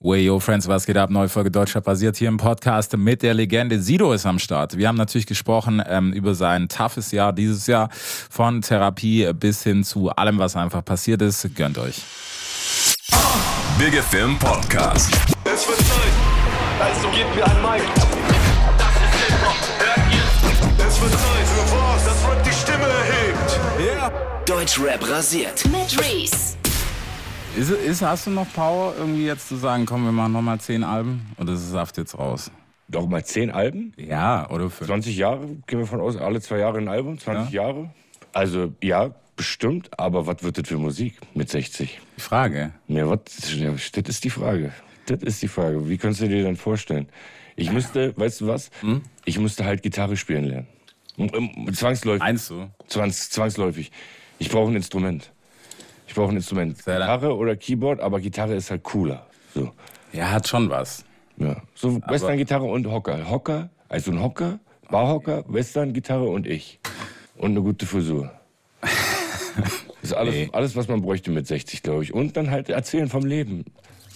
Way, yo, Friends, was geht ab? Neue Folge Deutschrap basiert hier im Podcast mit der Legende. Sido ist am Start. Wir haben natürlich gesprochen ähm, über sein toughes Jahr dieses Jahr. Von Therapie bis hin zu allem, was einfach passiert ist. Gönnt euch. Big FM Podcast. Es wird Zeit. Also gebt mir ein Mic. Das ist Hip-Hop. Hört ihr? Es wird Zeit. Für was? Das Rap die Stimme erhebt. Deutschrap rasiert. Mit Reese. Ist, ist, hast du noch Power, irgendwie jetzt zu sagen, komm, wir machen nochmal zehn Alben? Oder ist es Saft jetzt raus? Doch mal zehn Alben? Ja, oder fünf? 20 Jahre, gehen wir von aus, alle zwei Jahre ein Album, 20 Jahre. Also ja, bestimmt, aber was wird das für Musik mit 60? Die Frage. Ja, was, das ist die Frage. Das ist die Frage. Wie kannst du dir denn vorstellen? Ich müsste, weißt du was? Hm? Ich müsste halt Gitarre spielen lernen. M- m- Zwangsläufig. Meinst du? Zwangs, zwangsläufig. Ich brauche ein Instrument. Ich brauche ein Instrument. Sehr lang- Gitarre oder Keyboard, aber Gitarre ist halt cooler. So. Ja, hat schon was. Ja. So Western-Gitarre und Hocker. Hocker, also ein Hocker, Barhocker, Western-Gitarre und ich. Und eine gute Frisur. Das ist alles, alles, was man bräuchte mit 60, glaube ich. Und dann halt erzählen vom Leben.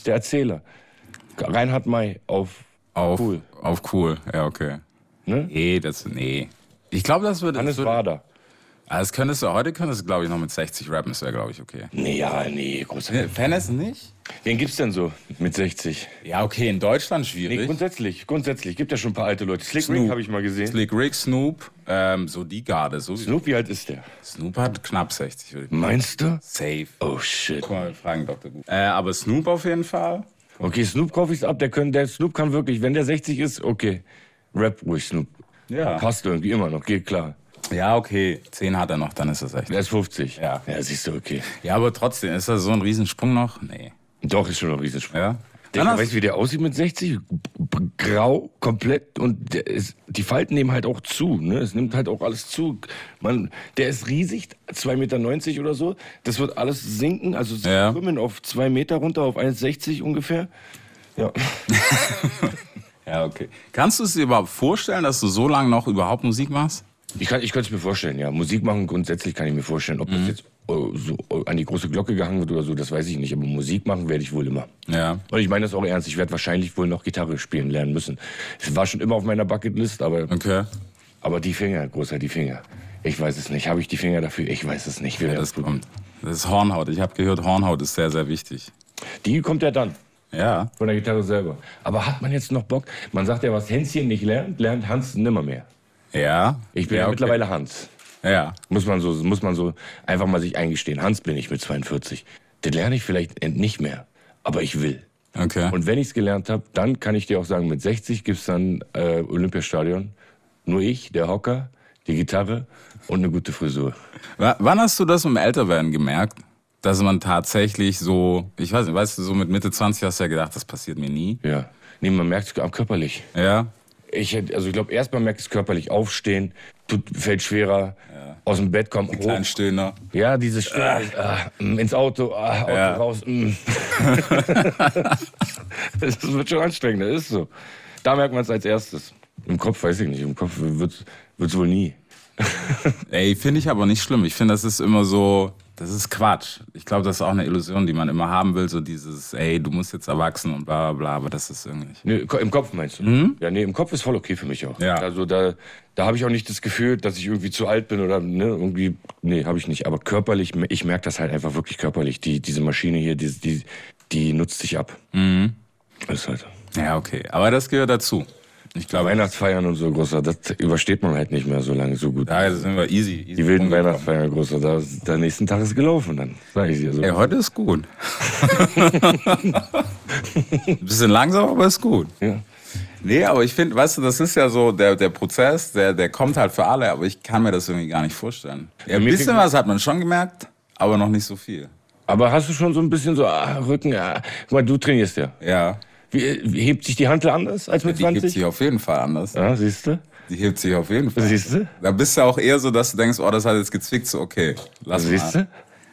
Der Erzähler. Reinhard May auf. Auf Cool. Auf cool, ja, okay. Ne? Nee, das, nee. Ich glaube, das würde... Hannes das würde- Wader. Ah, Das könntest du, heute könntest du, glaube ich, noch mit 60 rappen, das wäre, glaube ich, okay. Nee, ja, nee, großer. Fairness nicht? Wen gibt's denn so mit 60? Ja, okay, in Deutschland Nee, schwierig. grundsätzlich, grundsätzlich. Gibt ja schon ein paar alte Leute. Slick Rick Snoop. habe ich mal gesehen. Slick Rick, Snoop, ähm, so die Garde. So Snoop? Snoop, wie alt ist der? Snoop hat knapp 60, würde ich Meinst du? Safe. Oh shit. Guck mal, wir fragen Dr. Gut. Äh, aber Snoop auf jeden Fall. Okay, Snoop kaufe ich's ab. Der, können, der Snoop kann wirklich, wenn der 60 ist, okay. Rap ruhig, Snoop. Ja. Passt irgendwie immer noch, geht klar. Ja, okay. 10 hat er noch, dann ist das echt. Der ist 50. Ja. Ja, siehst du, okay. Ja, aber trotzdem, ist das so ein Riesensprung noch? Nee. Doch, ist schon ein Riesensprung. Ja? Der, Dann hast- weißt du, wie der aussieht mit 60? B- Grau, komplett. Und der ist, die Falten nehmen halt auch zu. Ne? Es nimmt halt auch alles zu. Man, der ist riesig, 2,90 Meter oder so. Das wird alles sinken, also Ja. schwimmen auf 2 Meter runter, auf 1,60 ungefähr. Ja. Ja, okay. Kannst du es dir überhaupt vorstellen, dass du so lange noch überhaupt Musik machst? Ich, kann, ich könnte es mir vorstellen, ja. Musik machen grundsätzlich kann ich mir vorstellen. Ob Mhm. das jetzt äh, so äh, an die große Glocke gehangen wird oder so, das weiß ich nicht. Aber Musik machen werde ich wohl immer. Ja. Und ich meine das auch ernst. Ich werde wahrscheinlich wohl noch Gitarre spielen lernen müssen. Es war schon immer auf meiner Bucketlist, aber, Okay. aber die Finger, großer, die Finger. Ich weiß es nicht. Habe ich die Finger dafür? Ich weiß es nicht. Wir Ja, werden das es probieren. kommt. Das ist Hornhaut. Ich habe gehört, Hornhaut ist sehr, sehr wichtig. Die kommt ja dann. Ja. Von der Gitarre selber. Aber hat man jetzt noch Bock? Man sagt ja, was Hänschen nicht lernt, lernt Hans nimmermehr. Ja. Ich bin ja, ja, okay. mittlerweile Hans. Ja. Muss man so, muss man so einfach mal sich eingestehen. Hans bin ich mit 42. Das lerne ich vielleicht ent- nicht mehr, aber ich will. Okay. Und wenn ich es gelernt habe, dann kann ich dir auch sagen, mit 60 gibt es dann äh, Olympiastadion. Nur ich, der Hocker, die Gitarre und eine gute Frisur. W wann hast du das um Älterwerden gemerkt? Dass man tatsächlich so, ich weiß nicht, weißt du, so mit Mitte 20 hast du ja gedacht, das passiert mir nie. Ja. Nee, man merkt es körperlich. Ja. Ich, hätt- also ich glaube, erstmal merkt es körperlich aufstehen, tut, fällt schwerer, aus dem Bett kommt hoch. Klein Stöhner. Ja, diese Stimme, ah, mm, ins Auto, ah, Auto Ja. raus. mm. das wird schon anstrengend, das ist so. Da merkt man es als erstes. Im Kopf weiß ich nicht, im Kopf wird es wohl nie. Ey, finde ich aber nicht schlimm. Ich finde, das ist immer so, das ist Quatsch. Ich glaube, das ist auch eine Illusion, die man immer haben will. So dieses, ey, du musst jetzt erwachsen und bla bla bla, aber das ist irgendwie nicht. Nee, ko- Im Kopf meinst du? Ja, nee, im Kopf ist voll okay für mich auch. Mhm. Ja. Also da, da habe ich auch nicht das Gefühl, dass ich irgendwie zu alt bin oder ne, irgendwie. Nee, habe ich nicht. Aber körperlich, ich merke das halt einfach wirklich körperlich. Die, diese Maschine hier, die, die, die nutzt sich ab. Mhm. Ist halt. Ja, okay. Aber das gehört dazu. Ich glaube, Weihnachtsfeiern und so, großer, das übersteht man halt nicht mehr so lange so gut. da sind wir easy. easy Die wilden rumgekommen. Weihnachtsfeiern, großer, da, der nächsten Tag ist gelaufen dann, sag ich dir so. Ey, heute ist gut. Bisschen langsam, aber ist gut. Ja. Nee, aber ich finde, weißt du, das ist ja so, der, der Prozess, der, der kommt halt für alle, aber ich kann mir das irgendwie gar nicht vorstellen. Ja, ein mir bisschen fing- was hat man schon gemerkt, aber noch nicht so viel. Aber hast du schon so ein bisschen so, ah, Rücken, ah. Guck mal, du trainierst ja. Ja, Wie, wie- hebt sich die Hantel anders als mit die hebt 20? sich auf jeden Fall anders. Ja, siehst du? Die hebt sich auf jeden Fall. Siehst du? Da bist du auch eher so, dass du denkst, oh, das hat jetzt gezwickt, so okay, lass Siehst mal.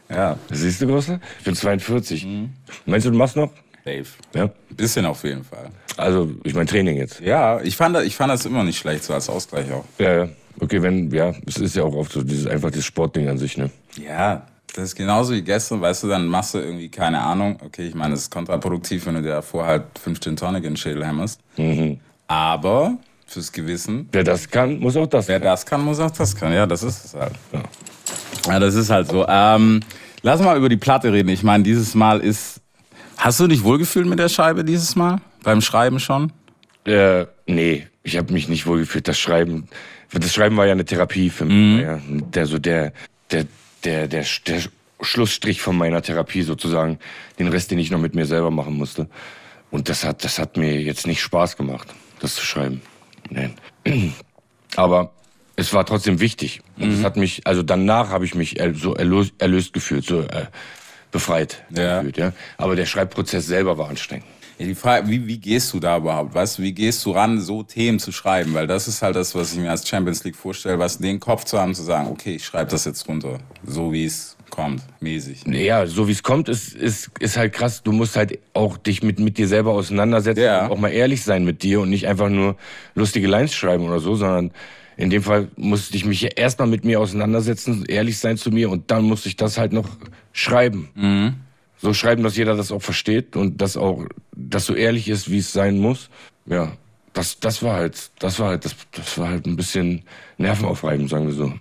du? Ja, Siehst du, Großer? Ich bin 42. Mhm. Meinst du, du machst noch? safe. Ja. Ein bisschen auf jeden Fall. Also, ich mein Training jetzt. Ja, ich fand, das- ich fand das immer nicht schlecht, so als Ausgleich auch. Ja, ja. Okay, wenn, ja, es ist ja auch oft so, dieses, einfach das Sportding an sich, ne? Ja, Das ist genauso wie gestern, weißt du, dann machst du irgendwie keine Ahnung. Okay, ich meine, es ist kontraproduktiv, wenn du dir davor halt 15 Tonic in den Schädel hämmerst. Aber fürs Gewissen, Wer das kann, muss auch das. wer das kann, muss auch das können. Ja, das ist es halt. Ja, das ist halt so. Ähm, lass mal über die Platte reden. Ich meine, dieses Mal ist. Hast du dich wohlgefühlt mit der Scheibe dieses Mal? Beim Schreiben schon? Äh, nee, ich habe mich nicht wohlgefühlt. Das Schreiben, das Schreiben war ja eine Therapie für mich. war Ja, der so der der der der, der Schlussstrich von meiner Therapie sozusagen. Den Rest, den ich noch mit mir selber machen musste. Und das hat das hat mir jetzt nicht Spaß gemacht, das zu schreiben. Nein. Aber es war trotzdem wichtig. Und es hat mich, also danach habe ich mich erl- so erlöst, erlöst gefühlt, so äh, befreit Ja. gefühlt. Ja? Aber der Schreibprozess selber war anstrengend. Ja, die Frage, wie, wie gehst du da überhaupt? Weißt du, wie gehst du ran, so Themen zu schreiben? Weil das ist halt das, was ich mir als Champions League vorstelle, was den Kopf zu haben, zu sagen, okay, ich schreibe das jetzt runter, so wie es kommt, mäßig. Ja, so wie es kommt, ist, ist, ist halt krass. Du musst halt auch dich mit, mit dir selber auseinandersetzen Ja. und auch mal ehrlich sein mit dir und nicht einfach nur lustige Lines schreiben oder so, sondern in dem Fall musste ich mich erstmal mit mir auseinandersetzen, ehrlich sein zu mir und dann musste ich das halt noch schreiben. Mhm. So schreiben, dass jeder das auch versteht und dass auch, dass so ehrlich ist, wie es sein muss. Ja, das, das war halt, das war halt, das, das war halt ein bisschen nervenaufreibend, sagen wir so.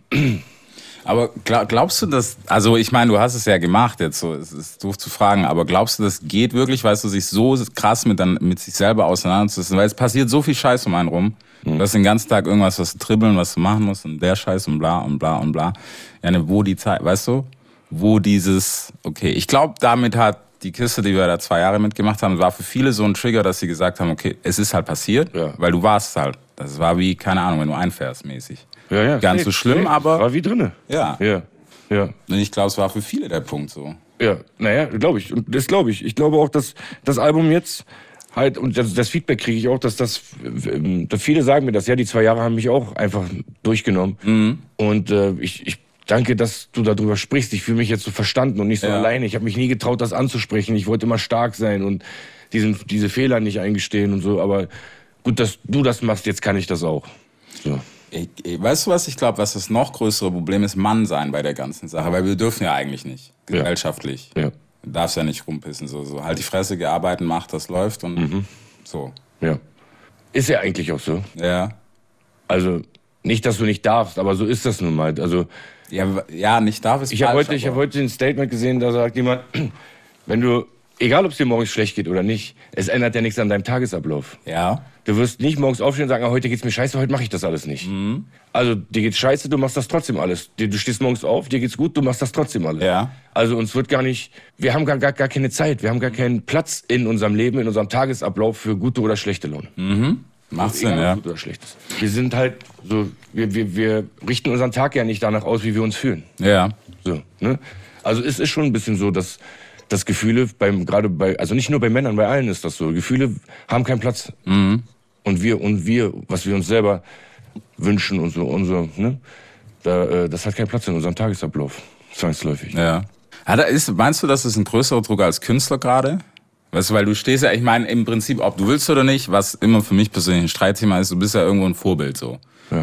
Aber gla- glaubst du, dass, also ich meine, du hast es ja gemacht jetzt, so, es ist doof zu fragen, aber glaubst du, das geht wirklich, weißt du, sich so krass mit, dann, mit sich selber auseinanderzusetzen? Weil es passiert so viel Scheiß um einen rum. Mhm. Du hast den ganzen Tag irgendwas, was du dribbeln, was du machen musst und der Scheiß und bla und bla und bla. Ja, ne, wo die Zeit, weißt du, wo dieses, okay, ich glaube, damit hat die Kiste, die wir da zwei Jahre mitgemacht haben, war für viele so ein Trigger, dass sie gesagt haben, okay, es ist halt passiert, Ja. weil du warst halt. Das war wie, keine Ahnung, wenn du einfährst mäßig. Ja, ja. Ganz so schlimm, aber- War wie drinne. Ja. Ja. Ja. Und ich glaube, es war für viele der Punkt so. Ja, naja, glaube ich. Und das glaube ich. Ich glaube auch, dass das Album jetzt halt, und das, das Feedback kriege ich auch, dass das, ähm, dass viele sagen mir das, ja, die zwei Jahre haben mich auch einfach durchgenommen. Und äh, ich, ich danke, dass du darüber sprichst. Ich fühle mich jetzt so verstanden und nicht so Ja. alleine. Ich habe mich nie getraut, das anzusprechen. Ich wollte immer stark sein und diesen, diese Fehler nicht eingestehen und so. Aber gut, dass du das machst, jetzt kann ich das auch. So. Ich, ich, weißt du was, ich glaube, was das noch größere Problem ist, Mann sein bei der ganzen Sache, weil wir dürfen ja eigentlich nicht, gesellschaftlich. Ja. Du darfst ja nicht rumpissen, so, so. Halt die Fresse, gearbeitet, macht, das läuft und Mhm. so. Ja. Ist ja eigentlich auch so. Ja. Also nicht, dass du nicht darfst, aber so ist das nun mal. Also Ja, w- ja nicht darf es ich habe falsch, heute, ich aber- habe heute ein Statement gesehen, da sagt jemand, wenn du, egal ob es dir morgens schlecht geht oder nicht, es ändert ja nichts an deinem Tagesablauf. Ja. Du wirst nicht morgens aufstehen und sagen, ah, heute geht's mir scheiße, heute mache ich das alles nicht. Mhm. Also dir geht's scheiße, du machst das trotzdem alles. Dir- Du stehst morgens auf, dir geht's gut, du machst das trotzdem alles. Ja. Also uns wird gar nicht, wir haben gar, gar, gar keine Zeit, wir haben gar keinen Platz in unserem Leben, in unserem Tagesablauf für gute oder schlechte Laune. Macht Sinn, Egal, ob ja. gut oder schlecht ist. Wir sind halt so, wir, wir, wir richten unseren Tag ja nicht danach aus, wie wir uns fühlen. Ja. So, ne? Also es ist schon ein bisschen so, dass, dass Gefühle beim, gerade bei, also nicht nur bei Männern, bei allen ist das so. Gefühle haben keinen Platz. Und wir, und wir, was wir uns selber wünschen und so, und so, ne? Da, äh, das hat keinen Platz in unserem Tagesablauf. Zwangsläufig. Ja. Hat er- ist, meinst du, das ist ein größerer Druck als Künstler gerade? Weißt du, weil du stehst ja, ich meine, im Prinzip, ob du willst oder nicht, was immer für mich persönlich ein Streitthema ist, du bist ja irgendwo ein Vorbild so.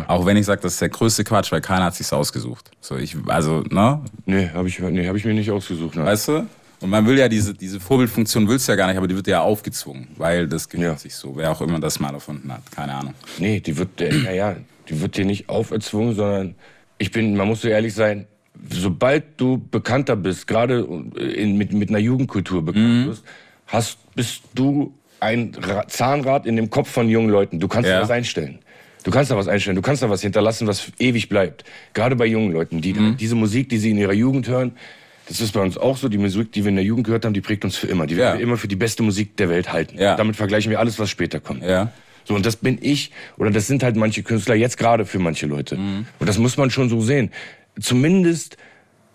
Auch wenn ich sage, das ist der größte Quatsch, weil keiner hat sich's ausgesucht. So, ich, also, ne? Nee, habe ich, nee, hab ich mir nicht ausgesucht. Nein. Weißt du? Und man will ja diese, diese Vorbildfunktion willst du ja gar nicht, aber die wird dir ja aufgezwungen, weil das gehört Ja. sich so. Wer auch immer das mal erfunden hat, keine Ahnung. Nee, die wird, äh, naja, die wird dir nicht auferzwungen, sondern ich bin, man muss so ehrlich sein, sobald du bekannter bist, gerade äh, in, mit, mit einer Jugendkultur bekannt Mhm. bist, hast, bist du ein Ra Zahnrad in dem Kopf von jungen Leuten. Du kannst Ja. da was einstellen. Du kannst da was einstellen, du kannst da was hinterlassen, was ewig bleibt. Gerade bei jungen Leuten, die Mhm. diese Musik, die sie in ihrer Jugend hören, das ist bei uns auch so, die Musik, die wir in der Jugend gehört haben, die prägt uns für immer. Die werden Ja. wir immer für die beste Musik der Welt halten. Ja. Damit vergleichen wir alles, was später kommt. Ja. So, und das bin ich, oder das sind halt manche Künstler jetzt gerade für manche Leute. Mhm. Und das muss man schon so sehen. Zumindest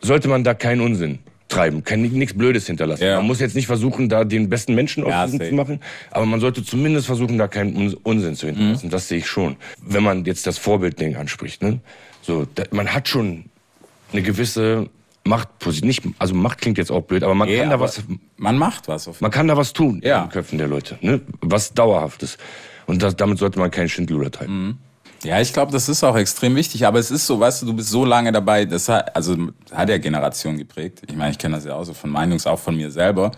sollte man da keinen Unsinn treiben, kein, nichts Blödes hinterlassen. Ja. Man muss jetzt nicht versuchen, da den besten Menschen auf Ja, diesen safe. zu machen, aber man sollte zumindest versuchen, da keinen Uns- Unsinn zu Mhm. hinterlassen. Das sehe ich schon. Wenn man jetzt das Vorbildding anspricht, ne? So, da, man hat schon eine gewisse Machtposition. Nicht, also Macht klingt jetzt auch blöd, aber man Eh, kann da aber was Man macht was auf man kann da was tun Ja. Mhm. in den Köpfen der Leute, ne? was dauerhaftes. Und das, damit sollte man keinen Schindluder treiben. Ja, ich glaube, das ist auch extrem wichtig, aber es ist so, weißt du, du bist so lange dabei, das hat, also hat ja Generation geprägt. Ich meine, ich kenne das ja auch so von meinen Jungs, auch von mir selber,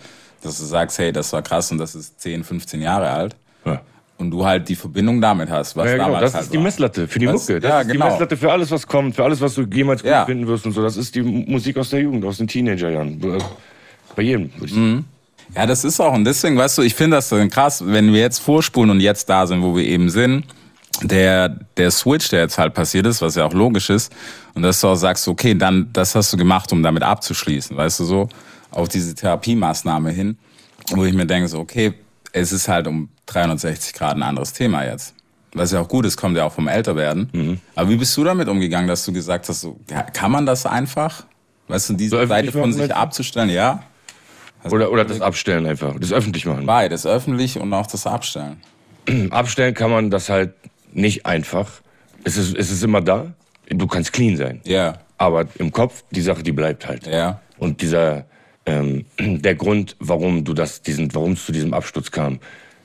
dass du sagst, hey, das war krass und das ist 10, 15 Jahre alt. Ja. Und du halt die Verbindung damit hast, was Ja, genau, damals das halt ist die war. Messlatte für die Das- Mucke. Das ja, ist genau. die Messlatte für alles, was kommt, für alles, was du jemals gut Ja. finden wirst und so. Das ist die M- Musik aus der Jugend, aus den Teenagerjahren. Äh, Bei jedem. würde ich sagen. Mhm. Ja, das ist auch. Und deswegen, weißt du, ich finde das dann krass, wenn wir jetzt vorspulen und jetzt da sind, wo wir eben sind. Der, der Switch, der jetzt halt passiert ist, was ja auch logisch ist, und dass du auch sagst, okay, dann, das hast du gemacht, um damit abzuschließen, weißt du, so, auf diese Therapiemaßnahme hin, wo ich mir denke, so, okay, es ist halt um 360 Grad ein anderes Thema jetzt. Was ja auch gut ist, kommt ja auch vom Älterwerden. Aber wie bist du damit umgegangen, dass du gesagt hast, so, ja, kann man das einfach? Weißt du, diese So öffentlich Seite von machen sich jetzt? abzustellen, ja? Oder, oder das Abstellen einfach, das öffentlich machen. Beides, öffentlich und auch das Abstellen. Abstellen kann man das halt nicht einfach. Es ist, es ist immer da. Du kannst clean sein. Ja, Aber im Kopf, die Sache, die bleibt halt. ja, Und dieser, ähm, der Grund, warum du das, diesen, warum es zu diesem Absturz kam,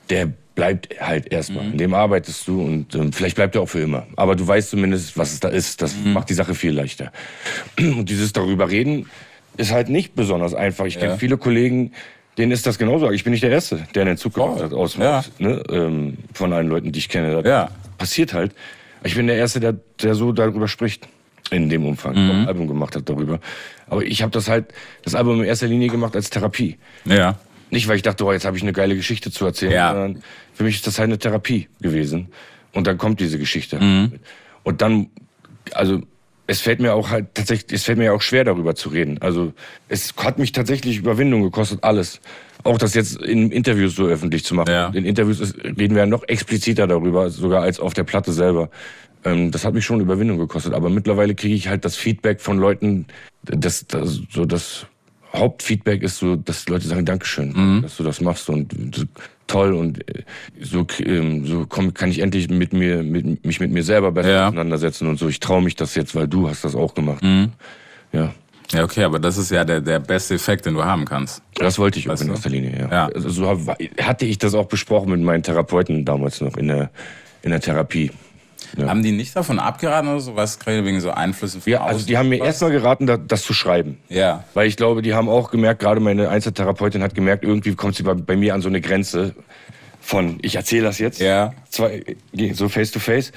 der bleibt halt erstmal. An dem arbeitest du und ähm, vielleicht bleibt er auch für immer. Aber du weißt zumindest, was es da ist. Das macht die Sache viel leichter. Und dieses darüber reden ist halt nicht besonders einfach. Ich kenne viele Kollegen, denen ist das genauso. Ich bin nicht der Erste, der einen Entzug gemacht Voll. hat aus ja. ne? ähm, von allen Leuten, die ich kenne. Das Ja. Passiert halt. Ich bin der Erste, der, der so darüber spricht. In dem Umfang, auch Mhm. ein Album gemacht hat darüber. Aber ich habe das halt, das Album in erster Linie gemacht als Therapie. ja. Nicht, weil ich dachte, oh, jetzt habe ich eine geile Geschichte zu erzählen, Ja. sondern für mich ist das halt eine Therapie gewesen. Und dann kommt diese Geschichte. Mhm. Und dann, also es fällt mir auch halt tatsächlich, es fällt mir ja auch schwer darüber zu reden. Also es hat mich tatsächlich Überwindung gekostet, alles. Auch das jetzt in Interviews so öffentlich zu machen. Ja. In Interviews ist, reden wir ja noch expliziter darüber, sogar als auf der Platte selber. Ähm, das hat mich schon Überwindung gekostet. Aber mittlerweile kriege ich halt das Feedback von Leuten, das, das, so das Hauptfeedback ist so, dass Leute sagen, Dankeschön, dass du das machst und so, toll und äh, so, k- ähm, so komm, kann ich endlich mit mir, mit, mich mit mir selber besser Ja. Mhm. auseinandersetzen und so. Ich traue mich das jetzt, weil du hast das auch gemacht. Ja. Ja, okay, aber das ist ja der, der beste Effekt, den du haben kannst. Das wollte ich auch Weißt in du? erster Linie, ja. Ja. Also so hab- hatte ich das auch besprochen mit meinen Therapeuten damals noch in der, in der Therapie. Haben die nicht davon abgeraten oder so? Was gerade wegen so Einflüssen von Ja, also außen die haben mir oder was? erstmal geraten, da, das zu schreiben. Ja, Weil ich glaube, die haben auch gemerkt, gerade meine Einzeltherapeutin hat gemerkt, irgendwie kommt sie bei, bei mir an so eine Grenze von, ich erzähle das jetzt, Ja. zwei, so face to face.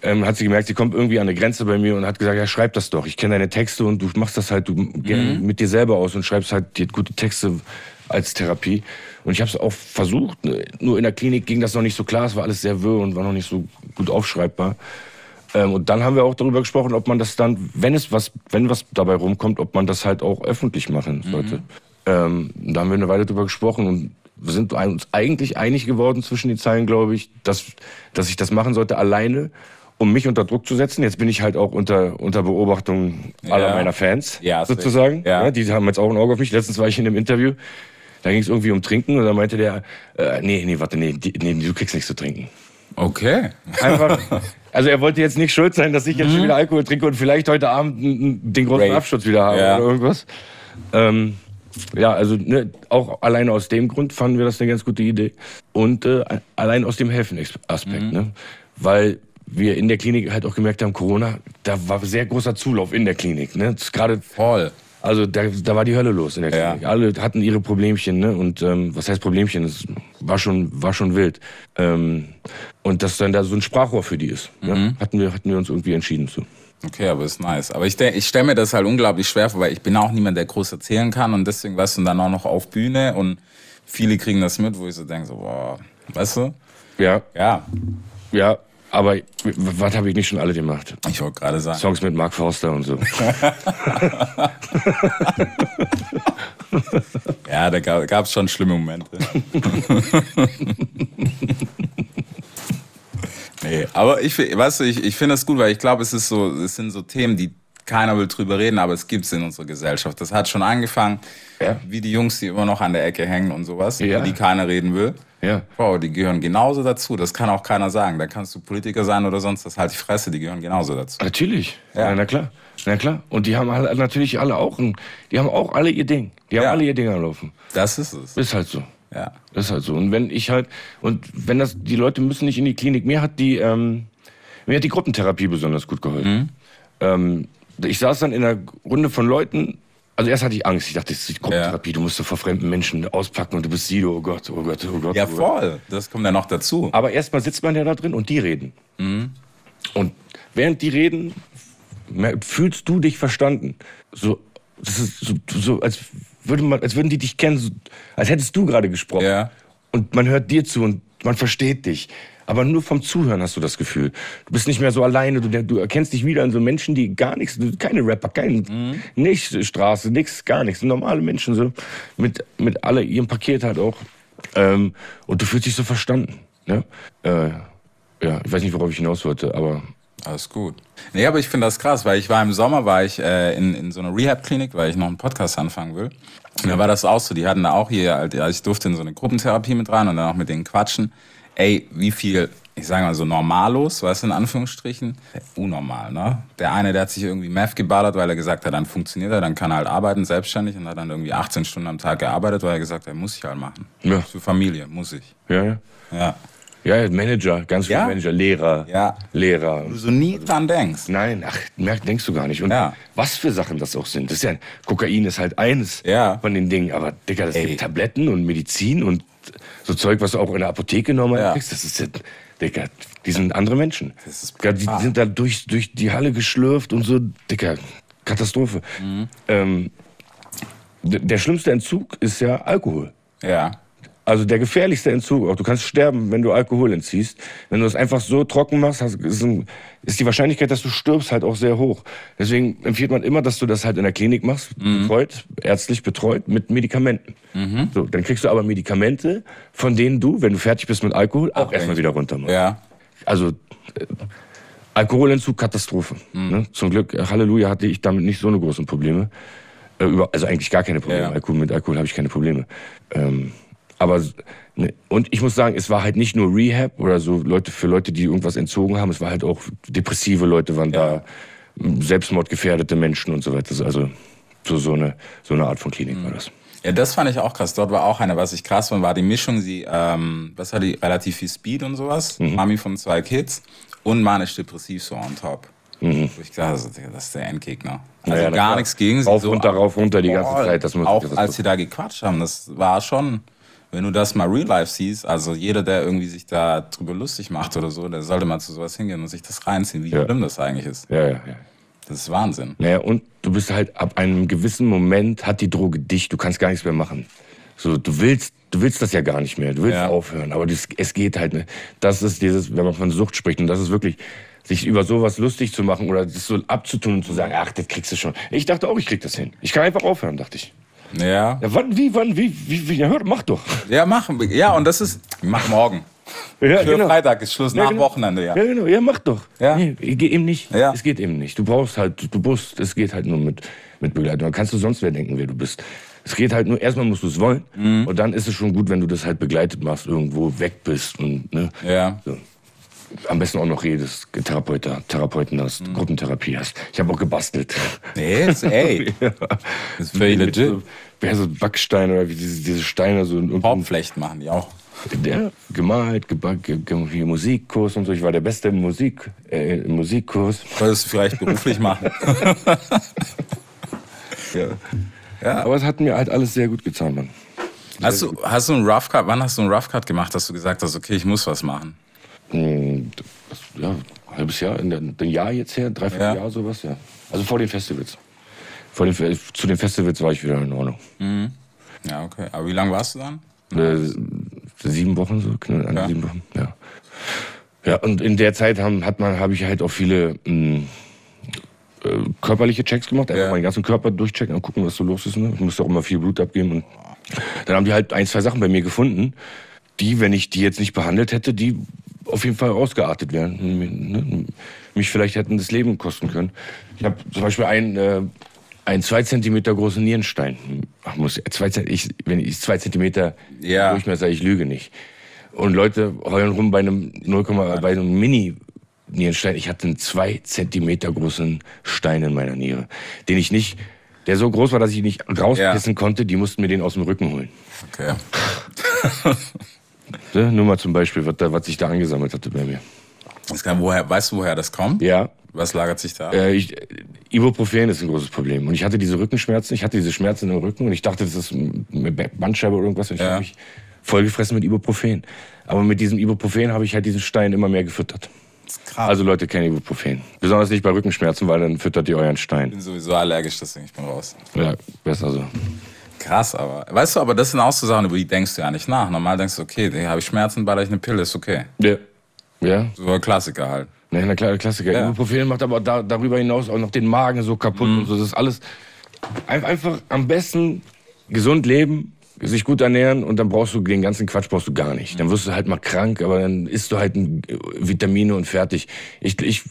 Ähm, hat sie gemerkt, sie kommt irgendwie an eine Grenze bei mir und hat gesagt, ja, schreib das doch. Ich kenne deine Texte und du machst das halt du gerne mit dir selber aus und schreibst halt dir gute Texte als Therapie. Und ich habe es auch versucht, ne? nur in der Klinik ging das noch nicht so klar, es war alles sehr wirr und war noch nicht so gut aufschreibbar. Ähm, und dann haben wir auch darüber gesprochen, ob man das dann, wenn es was, wenn was dabei rumkommt, ob man das halt auch öffentlich machen Mhm. sollte. Ähm, da haben wir eine Weile drüber gesprochen und wir sind ein- uns eigentlich einig geworden zwischen den Zeilen, glaube ich, dass, dass ich das machen sollte alleine, um mich unter Druck zu setzen. Jetzt bin ich halt auch unter, unter Beobachtung aller Ja. meiner Fans, Ja, safe. sozusagen. Ja. Ja, die haben jetzt auch ein Auge auf mich. Letztens war ich in einem Interview, da ging es irgendwie um Trinken und da meinte der, äh, nee, nee, warte, nee, die, nee, du kriegst nichts zu trinken. okay. Einfach. Also er wollte jetzt nicht schuld sein, dass ich jetzt schon wieder Alkohol trinke und vielleicht heute Abend n- n- den großen Mhm. Rave. Abschutz wieder habe Ja. oder irgendwas. Ähm, ja, also ne, auch alleine aus dem Grund fanden wir das eine ganz gute Idee. Und äh, allein aus dem Helfen-Aspekt. Mhm. Ne? Weil wir in der Klinik halt auch gemerkt haben, Corona, da war sehr großer Zulauf in der Klinik. Ne? Das ist Gerade Voll. also da, da war die Hölle los in der Ja. Klinik. Alle hatten ihre Problemchen, ne? Und ähm, was heißt Problemchen? Das war schon, war schon wild. Ähm, und dass dann da so ein Sprachrohr für die ist. Mhm. Ne? Hatten, wir, hatten wir uns irgendwie entschieden zu. Okay, aber ist nice. Aber ich, denk- ich stelle mir das halt unglaublich schwer vor, weil ich bin auch niemand, der groß erzählen kann und deswegen, weißt du, und dann auch noch auf Bühne und viele kriegen das mit, wo ich so denke, so, boah, weißt du? Ja, Ja, ja. Aber w- w- was habe ich nicht schon alle gemacht? ich wollte gerade sagen. Songs mit Mark Forster und so. Ja, da gab es schon schlimme Momente. nee, aber ich, fi- weißt du, ich, ich finde das gut, weil ich glaube, es ist so, es sind so Themen, die keiner will drüber reden, aber es gibt es in unserer Gesellschaft. Das hat schon angefangen, Ja. wie die Jungs, die immer noch an der Ecke hängen und sowas, Ja. über die keiner reden will. Ja. Wow, die gehören genauso dazu. Das kann auch keiner sagen. Da kannst du Politiker sein oder sonst was. Halt die Fresse, die gehören genauso dazu. Natürlich. Ja. Ja. Na klar. Na klar. Und die haben halt natürlich alle auch ein, die haben auch alle ihr Ding. Die haben Ja. alle ihr Ding am Laufen. Das ist es. Ist halt so. Ja. Das ist halt so. Und wenn ich halt, und wenn das, die Leute müssen nicht in die Klinik. Mir hat die, ähm, Mir hat die Gruppentherapie besonders gut geholfen. Ähm, ich saß dann in einer Runde von Leuten. Also erst hatte ich Angst. Ich dachte, das ist die Gruppentherapie. Du musst so vor fremden Menschen auspacken und du bist Sido. Oh Gott, oh Gott, oh Gott. Ja, oh Gott. voll. Das kommt ja noch dazu. Aber erstmal sitzt man ja da drin und die reden. Und während die reden, mer- fühlst du dich verstanden. So, das ist so, so als, würde man, als würden die dich kennen, so, als hättest du gerade gesprochen. Ja. Und man hört dir zu und man versteht dich. Aber nur vom Zuhören hast du das Gefühl. Du bist nicht mehr so alleine. Du, du erkennst dich wieder in so Menschen, die gar nichts, keine Rapper, kein, nicht Straße, nix, gar nichts. Normale Menschen so mit, mit alle ihrem Paket halt auch. Ähm, und du fühlst dich so verstanden. Ne? Äh, ja, ich weiß nicht, worauf ich hinaus wollte, aber Alles gut. Nee, aber ich finde das krass, weil ich war im Sommer, war ich äh, in, in so einer Rehab-Klinik, weil ich noch einen Podcast anfangen will. Und da war das auch so. Die hatten da auch hier, halt, ja, ich durfte in so eine Gruppentherapie mit rein und dann auch mit denen quatschen. Ey, wie viel, ich sage mal so normalos, weißt du, in Anführungsstrichen, unnormal, ne? Der eine, der hat sich irgendwie Meth geballert, weil er gesagt hat, dann funktioniert er, dann kann er halt arbeiten, selbstständig und hat dann irgendwie 18 Stunden am Tag gearbeitet, weil er gesagt hat, muss ich halt machen. Ja. Für Familie, muss ich. ja, ja. Ja. Ja, ja, Manager, ganz viele Ja? Manager, Lehrer, Ja. Lehrer. So nie dran denkst. Nein, ach, merk, denkst du gar nicht. Und Ja. was für Sachen das auch sind. Das ist ja, Kokain ist halt eines Ja. von den Dingen. Aber Digga, das Ey. gibt Tabletten und Medizin und so Zeug, was du auch in der Apotheke normal Ja. kriegst. Das ist ja, Digga, die sind andere Menschen. Das ist Ja, die, brutal. die sind da durch, durch die Halle geschlürft und so, Digga, Katastrophe. Mhm. Ähm, d- der schlimmste Entzug ist ja Alkohol. Ja. Also der gefährlichste Entzug auch. Du kannst sterben, wenn du Alkohol entziehst. Wenn du es einfach so trocken machst, hast, ist, ein, ist die Wahrscheinlichkeit, dass du stirbst, halt auch sehr hoch. Deswegen empfiehlt man immer, dass du das halt in der Klinik machst, betreut, ärztlich betreut, mit Medikamenten. So, dann kriegst du aber Medikamente, von denen du, wenn du fertig bist mit Alkohol, auch erstmal wieder runter musst. Ja. Also äh, Alkoholentzug, Katastrophe. Mhm. Ne? Zum Glück, äh, Halleluja, hatte ich damit nicht so eine großen Probleme. Äh, über, also eigentlich gar keine Probleme. Ja. Alkohol, mit Alkohol habe ich keine Probleme. Ähm, aber s- ne, und ich muss sagen, es war halt nicht nur Rehab oder so Leute für Leute, die irgendwas entzogen haben. Es war halt auch depressive Leute waren Ja. da, m, selbstmordgefährdete Menschen und so weiter. Das ist Also so, so, eine, so eine Art von Klinik Mhm. war das. Ja, das fand ich auch krass. Dort war auch eine, was ich krass fand, war die Mischung, sie, ähm, was war die, relativ viel Speed und sowas, Mhm. Mami von zwei Kids und manisch-depressiv so on top. Wo ich dachte, so, Digga, das ist der Endgegner. Also Naja, Mhm. na gar klar. nichts gegen sie. Rauf, runter, rauf, runter die ganze Voll. Zeit. Das muss- auch das- als sie da gequatscht haben, das war schon, wenn du das mal real life siehst, also jeder, der irgendwie sich da drüber lustig macht oder so, der sollte mal zu sowas hingehen und sich das reinziehen, wie Ja. schlimm das eigentlich ist. Ja, ja, ja. Das ist Wahnsinn. Naja, und du bist halt ab einem gewissen Moment hat die Droge dich, du kannst gar nichts mehr machen. So, du willst, du willst das ja gar nicht mehr, du willst Ja. aufhören, aber das, es geht halt nicht. Das ist dieses, wenn man von Sucht spricht, und das ist wirklich, sich über sowas lustig zu machen oder das so abzutun und zu sagen, ach, das kriegst du schon. Ich dachte auch, ich krieg das hin. Ich kann einfach aufhören, dachte ich. Ja. Ja, wann, wie, wann, wie, wie, wie, ja, hör, mach doch. Ja, machen wir. Ja, und das ist, mach morgen. Ja, Für Freitag ist Schluss, Ja, nach genau. Wochenende, ja. Ja, genau. ja mach doch. Ja. Nee, geht eben nicht. Ja. Es geht eben nicht. Du brauchst halt, du musst, es geht halt nur mit, mit Begleitung. Dann kannst du sonst wer denken, wer du bist. Es geht halt nur, erstmal musst du es wollen Mhm. und dann ist es schon gut, wenn du das halt begleitet machst, irgendwo weg bist und ne, Ja. so. am besten auch noch redest, Therapeuten, Therapeuten hast, Mhm. Gruppentherapie hast. Ich habe auch gebastelt. Nee, ist, ey, ja. ist völlig Mit legit. So, ja, so Backsteine oder wie diese, diese Steine so in irgendeinem Hauptflechten machen die auch. der gemalt, gebacken, ge ge hier Musikkurs und so. Ich war der Beste im Musik, äh, im Musikkurs. Solltest du vielleicht beruflich machen. Ja. Aber es hat mir halt alles sehr gut getan, Mann. Hast du, hast du einen Rough Cut, wann hast du einen Rough Cut gemacht, dass du gesagt hast, okay, ich muss was machen? Hm, das- Ja, ein halbes Jahr, in der- ein Jahr jetzt her, drei, vier Ja. Jahre sowas, ja. Also vor den Festivals. Vor den, Fe- zu den Festivals war ich wieder in Ordnung. Ja, okay. Aber wie lange warst du dann? Äh, sieben Wochen so, knapp an Ja. sieben Wochen, ja. Ja, und in der Zeit haben, hat man, habe ich halt auch viele mh, äh, körperliche Checks gemacht, einfach Ja. meinen ganzen Körper durchchecken und gucken, was so los ist. Ne? Ich musste auch immer viel Blut abgeben und dann haben die halt ein, zwei Sachen bei mir gefunden, die, wenn ich die jetzt nicht behandelt hätte, die auf jeden Fall ausgeartet wären, und mi- ne? mich vielleicht hätten das Leben kosten können. Ich habe zum Beispiel einen, äh, einen zwei Zentimeter großen Nierenstein. Ach, muss zwei, Zent- ich, wenn ich zwei Zentimeter Ja. Durchmesser, ich lüge nicht. Und Leute heulen rum bei einem 0, bei einem Mini Nierenstein. Ich hatte einen zwei Zentimeter großen Stein in meiner Niere, den ich nicht, der so groß war, dass ich ihn nicht rauspissen konnte. Die mussten mir den aus dem Rücken holen. Okay. Ne? Nur mal zum Beispiel, was, da, was sich da angesammelt hatte bei mir. Ist klar, woher, weißt du, woher das kommt? Ja. Was lagert sich da? Äh, ich, Ibuprofen ist ein großes Problem. Und ich hatte diese Rückenschmerzen, ich hatte diese Schmerzen im Rücken und ich dachte, das ist eine Bandscheibe oder irgendwas. Und ich Ja. habe mich vollgefressen mit Ibuprofen. Aber mit diesem Ibuprofen habe ich halt diesen Stein immer mehr gefüttert. krass. Also Leute, kein Ibuprofen. Besonders nicht bei Rückenschmerzen, weil dann füttert ihr euren ich Stein. bin sowieso allergisch, deswegen ich bin raus. Ja, besser so. Krass, aber. Weißt du, aber das sind auch so Sachen, über die denkst du ja nicht nach. Normal denkst du, okay, da habe ich Schmerzen, baller ich eine Pille, ist okay. Ja. Ja, So ein Klassiker halt. Na, na klar, Ne, der Klassiker. Ja. Mhm. Ibuprofen macht aber da, darüber hinaus auch noch den Magen so kaputt und so. Das ist alles ein- einfach am besten gesund leben, sich gut ernähren und dann brauchst du den ganzen Quatsch brauchst du gar nicht. Dann wirst du halt mal krank, aber dann isst du halt ein, äh, Vitamine und fertig. Ich, ich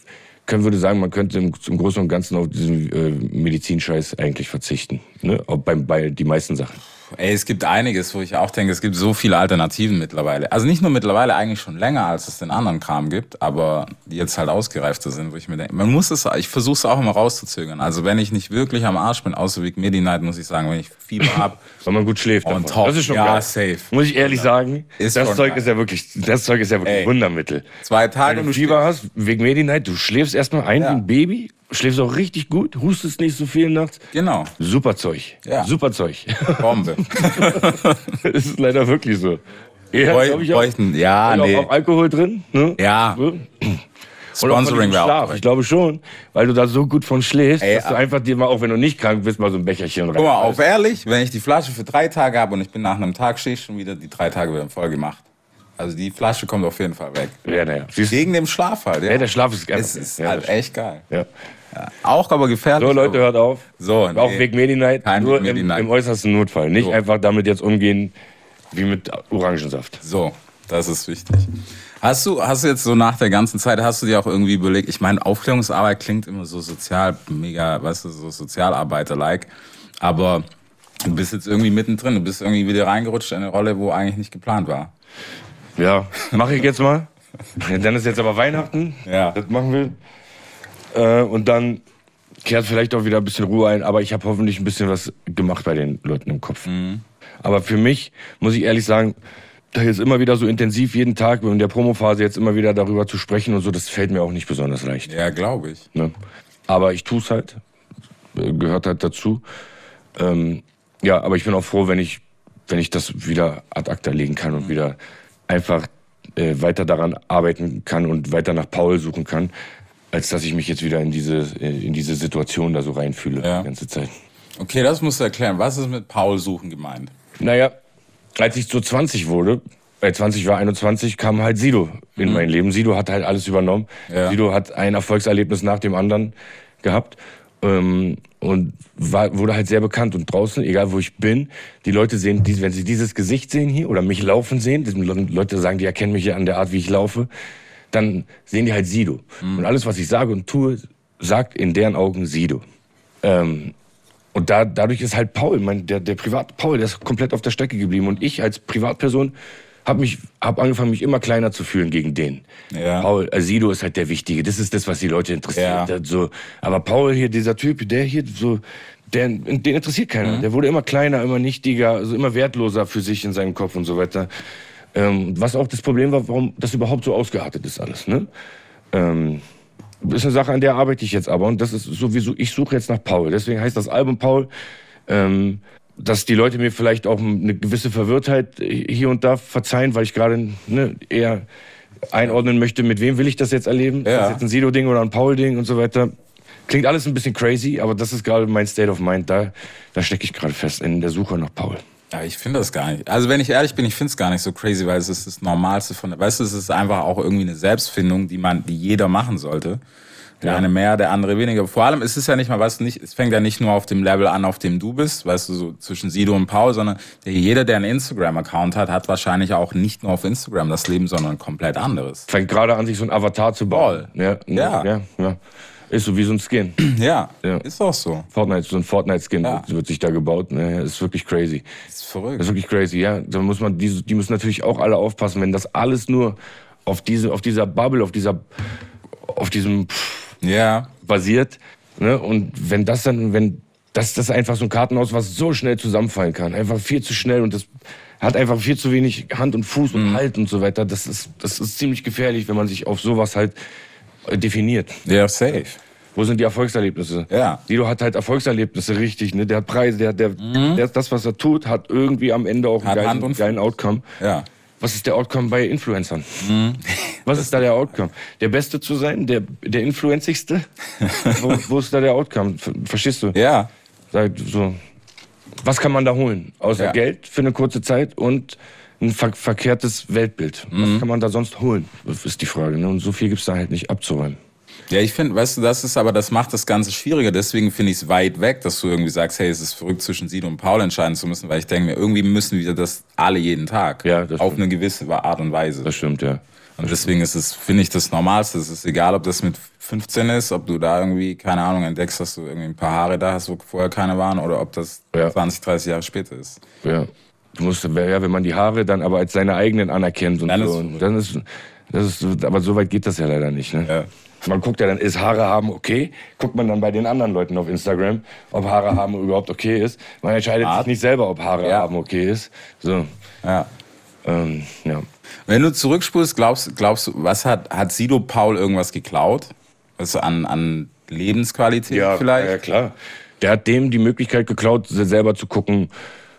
können, würde sagen, man könnte im, im Großen und Ganzen auf diesen äh, Medizinscheiß eigentlich verzichten. Ne? Auch bei, bei die meisten Sachen. Ey, es gibt einiges, wo ich auch denke, es gibt so viele Alternativen mittlerweile. Also nicht nur mittlerweile, eigentlich schon länger, als es den anderen Kram gibt, aber die jetzt halt ausgereifter sind, wo ich mir denke, man muss es, ich versuche es auch immer rauszuzögern. Also wenn ich nicht wirklich am Arsch bin, außer wegen Medi-Night, muss ich sagen, wenn ich Fieber hab, Wenn man gut schläft. On davon. top. Das ist schon Ja, geil. safe. Genau. Muss ich ehrlich sagen, Ist das schon Zeug geil. ist ja wirklich, das Zeug ist ja wirklich Ey. Wundermittel. zwei Tage und Wenn du du Fieber hast, wegen Medi-Night, du schläfst erstmal ein Ja. wie ein Baby, schläfst auch richtig gut, hustest nicht so viel nachts. stehst- Genau, Super Zeug. Ja. Super Zeug. Bombe. das ist leider wirklich so. Ja, Bräu- glaub ich auch. Bräuchten, ja, Ist Ah, nee. Auch, auch Alkohol drin, ne? Ja, So. Und auch von Sponsoring diesem wäre auch Schlaf. Ich korrekt. glaube schon, weil du da so gut von schläfst, Ey, dass du ab- einfach dir mal, auch wenn du nicht krank bist, mal so ein Becherchen rein. Guck mal, auf ehrlich, wenn ich die Flasche für drei Tage habe und ich bin nach einem Tag stehe ich schon wieder, die drei Tage werden voll gemacht. Also die Flasche kommt auf jeden Fall weg. Ja, naja. Siehst du? Wegen dem Schlaf halt, ja. Ja, der Schlaf ist geil. Es ist ja, halt das- echt geil. ja. Auch aber gefährlich. So, Leute, hört auf. So, nee. Auch wegen Medi-Night. Kein Nur Weg Medi im, Night. im äußersten Notfall. Nicht So. einfach damit jetzt umgehen wie mit Orangensaft. So, das ist wichtig. Hast du, hast du jetzt so nach der ganzen Zeit, hast du dir auch irgendwie überlegt, ich meine, Aufklärungsarbeit klingt immer so sozial, mega, weißt du, so Sozialarbeiter-like, aber du bist jetzt irgendwie mittendrin, du bist irgendwie wieder reingerutscht in eine Rolle, wo eigentlich nicht geplant war. Ja, mache ich jetzt mal. Ja, Dann ist jetzt aber Weihnachten. Ja. Das machen wir. Äh, und dann kehrt vielleicht auch wieder ein bisschen Ruhe ein. Aber ich habe hoffentlich ein bisschen was gemacht bei den Leuten im Kopf. Mhm. Aber für mich, muss ich ehrlich sagen, da jetzt immer wieder so intensiv jeden Tag in der Promophase jetzt immer wieder darüber zu sprechen und so, das fällt mir auch nicht besonders leicht. Ja, glaube ich. Ne? Aber ich tue es halt. Äh, Gehört halt dazu. Ähm, ja, aber ich bin auch froh, wenn ich, wenn ich das wieder ad acta legen kann und wieder einfach äh, weiter daran arbeiten kann und weiter nach Paul suchen kann, als dass ich mich jetzt wieder in diese, äh, in diese Situation da so reinfühle Ja. die ganze Zeit. Okay, das musst du erklären. Was ist mit Paul suchen gemeint? Naja, als ich so 20 wurde, bei 20 war 21, kam halt Sido in mein Leben. Sido hat halt alles übernommen. Ja. Sido hat ein Erfolgserlebnis nach dem anderen gehabt. Ähm, und war, wurde halt sehr bekannt. Und draußen, egal wo ich bin, die Leute sehen, dies- wenn sie dieses Gesicht sehen hier oder mich laufen sehen, die Leute sagen, die erkennen mich ja an der Art, wie ich laufe, dann sehen die halt Sido. Und alles, was ich sage und tue, sagt in deren Augen Sido. Ähm, und da, dadurch ist halt Paul, mein, der, der Privat Paul, der ist komplett auf der Strecke geblieben. Und ich als Privatperson habe mich, habe angefangen, mich immer kleiner zu fühlen gegen den. Ja. Paul, äh, Sido ist halt der Wichtige. Das ist das, was die Leute interessiert. Ja. So, aber Paul hier, dieser Typ, der hier, so, der, den interessiert keiner. Der wurde immer kleiner, immer nichtiger, also immer wertloser für sich in seinem Kopf und so weiter. Ähm, was auch das Problem war, warum das überhaupt so ausgeartet ist alles. Ne? Ähm, ist eine Sache, an der arbeite ich jetzt aber. Und das ist sowieso, ich suche jetzt nach Paul. Deswegen heißt das Album Paul, ähm, dass die Leute mir vielleicht auch eine gewisse Verwirrtheit hier und da verzeihen, weil ich gerade ne, eher einordnen möchte, mit wem will ich das jetzt erleben? Ist das Ja. jetzt ein Sido-Ding oder ein Paul-Ding und so weiter? Klingt alles ein bisschen crazy, aber das ist gerade mein State of Mind. Da, da stecke ich gerade fest in der Suche nach Paul. Ja, ich finde das gar nicht. Also wenn ich ehrlich bin, ich finde es gar nicht so crazy, weil es ist das Normalste von der. Weißt du, es ist einfach auch irgendwie eine Selbstfindung, die man, die jeder machen sollte. Der eine mehr, der andere weniger. Vor allem ist es ja nicht mal, weißt du nicht, es fängt ja nicht nur auf dem Level an, auf dem du bist, weißt du, so zwischen Sido und Paul, sondern der, jeder, der einen Instagram-Account hat, hat wahrscheinlich auch nicht nur auf Instagram das Leben, sondern ein komplett anderes. Fängt gerade an, sich so ein Avatar zu bauen. Ja, Ja. ja, ja. Ist so wie so ein Skin. Ja, Ja. ist auch so. Fortnite, so ein Fortnite-Skin Ja. wird, wird sich da gebaut. Ne? Ist wirklich crazy. Ist Das ist verrückt. wirklich crazy, ja. Da muss man, die, die müssen natürlich auch alle aufpassen, wenn das alles nur auf, diese, auf dieser Bubble, auf, dieser, auf diesem pff, Ja, basiert. Ne? Und wenn das dann, wenn das, das ist einfach so ein Kartenhaus, was so schnell zusammenfallen kann, einfach viel zu schnell und das hat einfach viel zu wenig Hand und Fuß und Halt und so weiter. Das ist, das ist ziemlich gefährlich, wenn man sich auf sowas halt äh, definiert. Ja, safe. Wo sind die Erfolgserlebnisse? Ja. Dido hat halt Erfolgserlebnisse, richtig. Ne? Der hat Preise, der, der, der, das, was er tut, hat irgendwie am Ende auch einen Mhm. Hat geilen, Hand und geilen Outcome. Ja. Mhm. Was ist der Outcome bei Influencern? Was ist da der Outcome? Der Beste zu sein? Der, der Influenzigste? wo, wo ist da der Outcome? Ver- Verstehst du? Ja. Sagt so, was kann man da holen? Außer Ja. Geld für eine kurze Zeit und ein ver verkehrtes Weltbild. Mhm. Was kann man da sonst holen? Das ist die Frage. Ne? Und so viel gibt's da halt nicht abzuräumen. Ja, ich finde, weißt du, das ist aber, das macht das Ganze schwieriger. Deswegen finde ich es weit weg, dass du irgendwie sagst, hey, es ist verrückt, zwischen Sido und Paul entscheiden zu müssen, weil ich denke mir, irgendwie müssen wir das alle jeden Tag. Ja, das Auf stimmt. eine gewisse Art und Weise. Das stimmt, ja. Und deswegen ist es, finde ich, das Normalste. Es ist egal, ob das mit 15 ist, ob du da irgendwie, keine Ahnung, entdeckst, dass du irgendwie ein paar Haare da hast, wo vorher keine waren, oder ob das Ja. 20, 30 Jahre später ist. Ja. Du musst, ja, wenn man die Haare dann aber als seine eigenen anerkennt und Dann ist so, und dann ist, das ist, aber so weit geht das ja leider nicht, ne? Ja. Man guckt ja dann, ist Haare haben okay? Guckt man dann bei den anderen Leuten auf Instagram, ob Haare haben überhaupt okay ist. Man entscheidet sich nicht selber, ob Haare Ja. haben okay ist. So, Ja. ähm, ja. Wenn du zurückspulst, glaubst, glaubst du, was hat, hat Sido Paul irgendwas geklaut? Also an, an Lebensqualität vielleicht? Ja, klar. Der hat dem die Möglichkeit geklaut, se- selber zu gucken,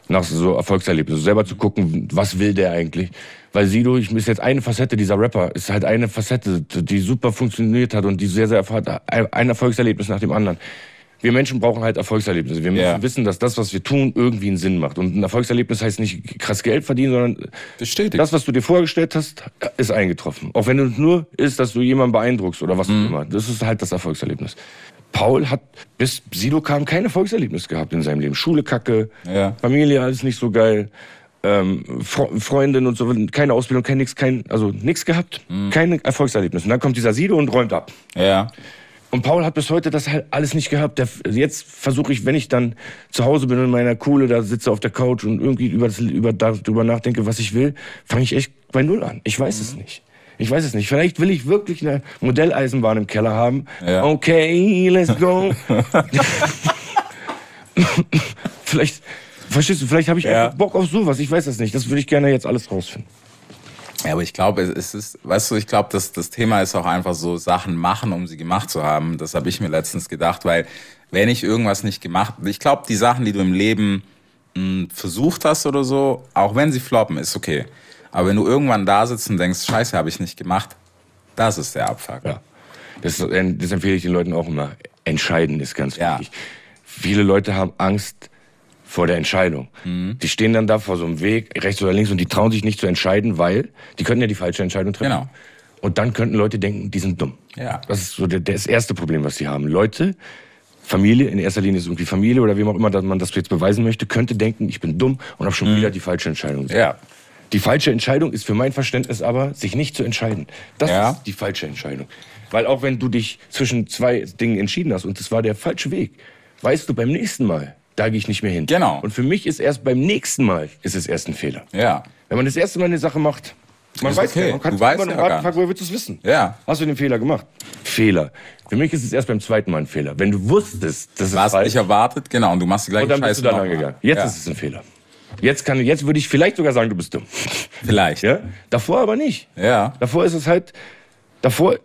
nach so Erfolgserlebnissen, selber zu gucken, was will der eigentlich. Weil Sido, ich ist jetzt eine Facette dieser Rapper, ist halt eine Facette, die super funktioniert hat und die sehr, sehr erfahrt hat. Ein ein Erfolgserlebnis nach dem anderen. Wir Menschen brauchen halt Erfolgserlebnisse. Wir müssen Ja. wissen, dass das, was wir tun, irgendwie einen Sinn macht. Und ein Erfolgserlebnis heißt nicht krass Geld verdienen, sondern Bestätigt. das, was du dir vorgestellt hast, ist eingetroffen. Auch wenn es nur ist, dass du jemanden beeindruckst oder Mhm. was auch immer. Das ist halt das Erfolgserlebnis. Paul hat bis Sido kam kein Erfolgserlebnis gehabt in seinem Leben. Schule kacke, Ja. Familie alles nicht so geil, ähm, Fre Freundin und so, keine Ausbildung, kein nix, kein, also nichts gehabt, Mhm. kein Erfolgserlebnis. Und dann kommt dieser Sido und räumt ab. ja. Und Paul hat bis heute das halt alles nicht gehabt. Der, jetzt versuche ich, wenn ich dann zu Hause bin und in meiner Kohle da sitze auf der Couch und irgendwie über das, über, darüber nachdenke, was ich will, fange ich echt bei Null an. Ich weiß Mhm. es nicht. Ich weiß es nicht. Vielleicht will ich wirklich eine Modelleisenbahn im Keller haben. Ja. Okay, let's go. vielleicht, verstehst du, vielleicht habe ich Ja. einfach Bock auf sowas. Ich weiß es nicht. Das würde ich gerne jetzt alles rausfinden. Ja, aber ich glaube, es ist, weißt du, ich glaube, das, das Thema ist auch einfach so Sachen machen, um sie gemacht zu haben. Das habe ich mir letztens gedacht, weil wenn ich irgendwas nicht gemacht, ich glaube, die Sachen, die du im Leben mh, versucht hast oder so, auch wenn sie floppen, ist okay. Aber wenn du irgendwann da sitzt und denkst, Scheiße, habe ich nicht gemacht, das ist der Abfuck. Ja. Das, äh, das empfehle ich den Leuten auch immer. Entscheiden ist ganz Ja. wichtig. Viele Leute haben Angst vor der Entscheidung. Mhm. Die stehen dann da vor so einem Weg, rechts oder links, und die trauen sich nicht zu entscheiden, weil die könnten ja die falsche Entscheidung treffen. Genau. Und dann könnten Leute denken, die sind dumm. Ja. Das ist so der, das erste Problem, was sie haben. Leute, Familie, in erster Linie ist irgendwie Familie oder wem auch immer, dass man das jetzt beweisen möchte, könnte denken, ich bin dumm und habe schon Mhm. wieder die falsche Entscheidung. getroffen. Ja. Die falsche Entscheidung ist für mein Verständnis aber, sich nicht zu entscheiden. Das Ja. ist die falsche Entscheidung. Weil auch wenn du dich zwischen zwei Dingen entschieden hast und das war der falsche Weg, weißt du beim nächsten Mal, da gehe ich nicht mehr hin. Genau. Und für mich ist erst beim nächsten Mal ist es erst ein Fehler. Ja. Wenn man das erste Mal eine Sache macht, man Ist weiß okay. ja, man kann Du weißt immer noch ja warten, gar fragen, woher willst du es wissen? Ja. Hast du den Fehler gemacht? Fehler. Für mich ist es erst beim zweiten Mal ein Fehler. Wenn du wusstest, dass es Was falsch nicht erwartet, genau, und du machst die gleiche und dann bist Scheiße du da nochmal. lang gegangen. Jetzt ja. ist es ein Fehler. Jetzt, kann, jetzt würde ich vielleicht sogar sagen, du bist dumm. Vielleicht. Ja? Davor aber nicht. Ja. Davor ist es halt, davor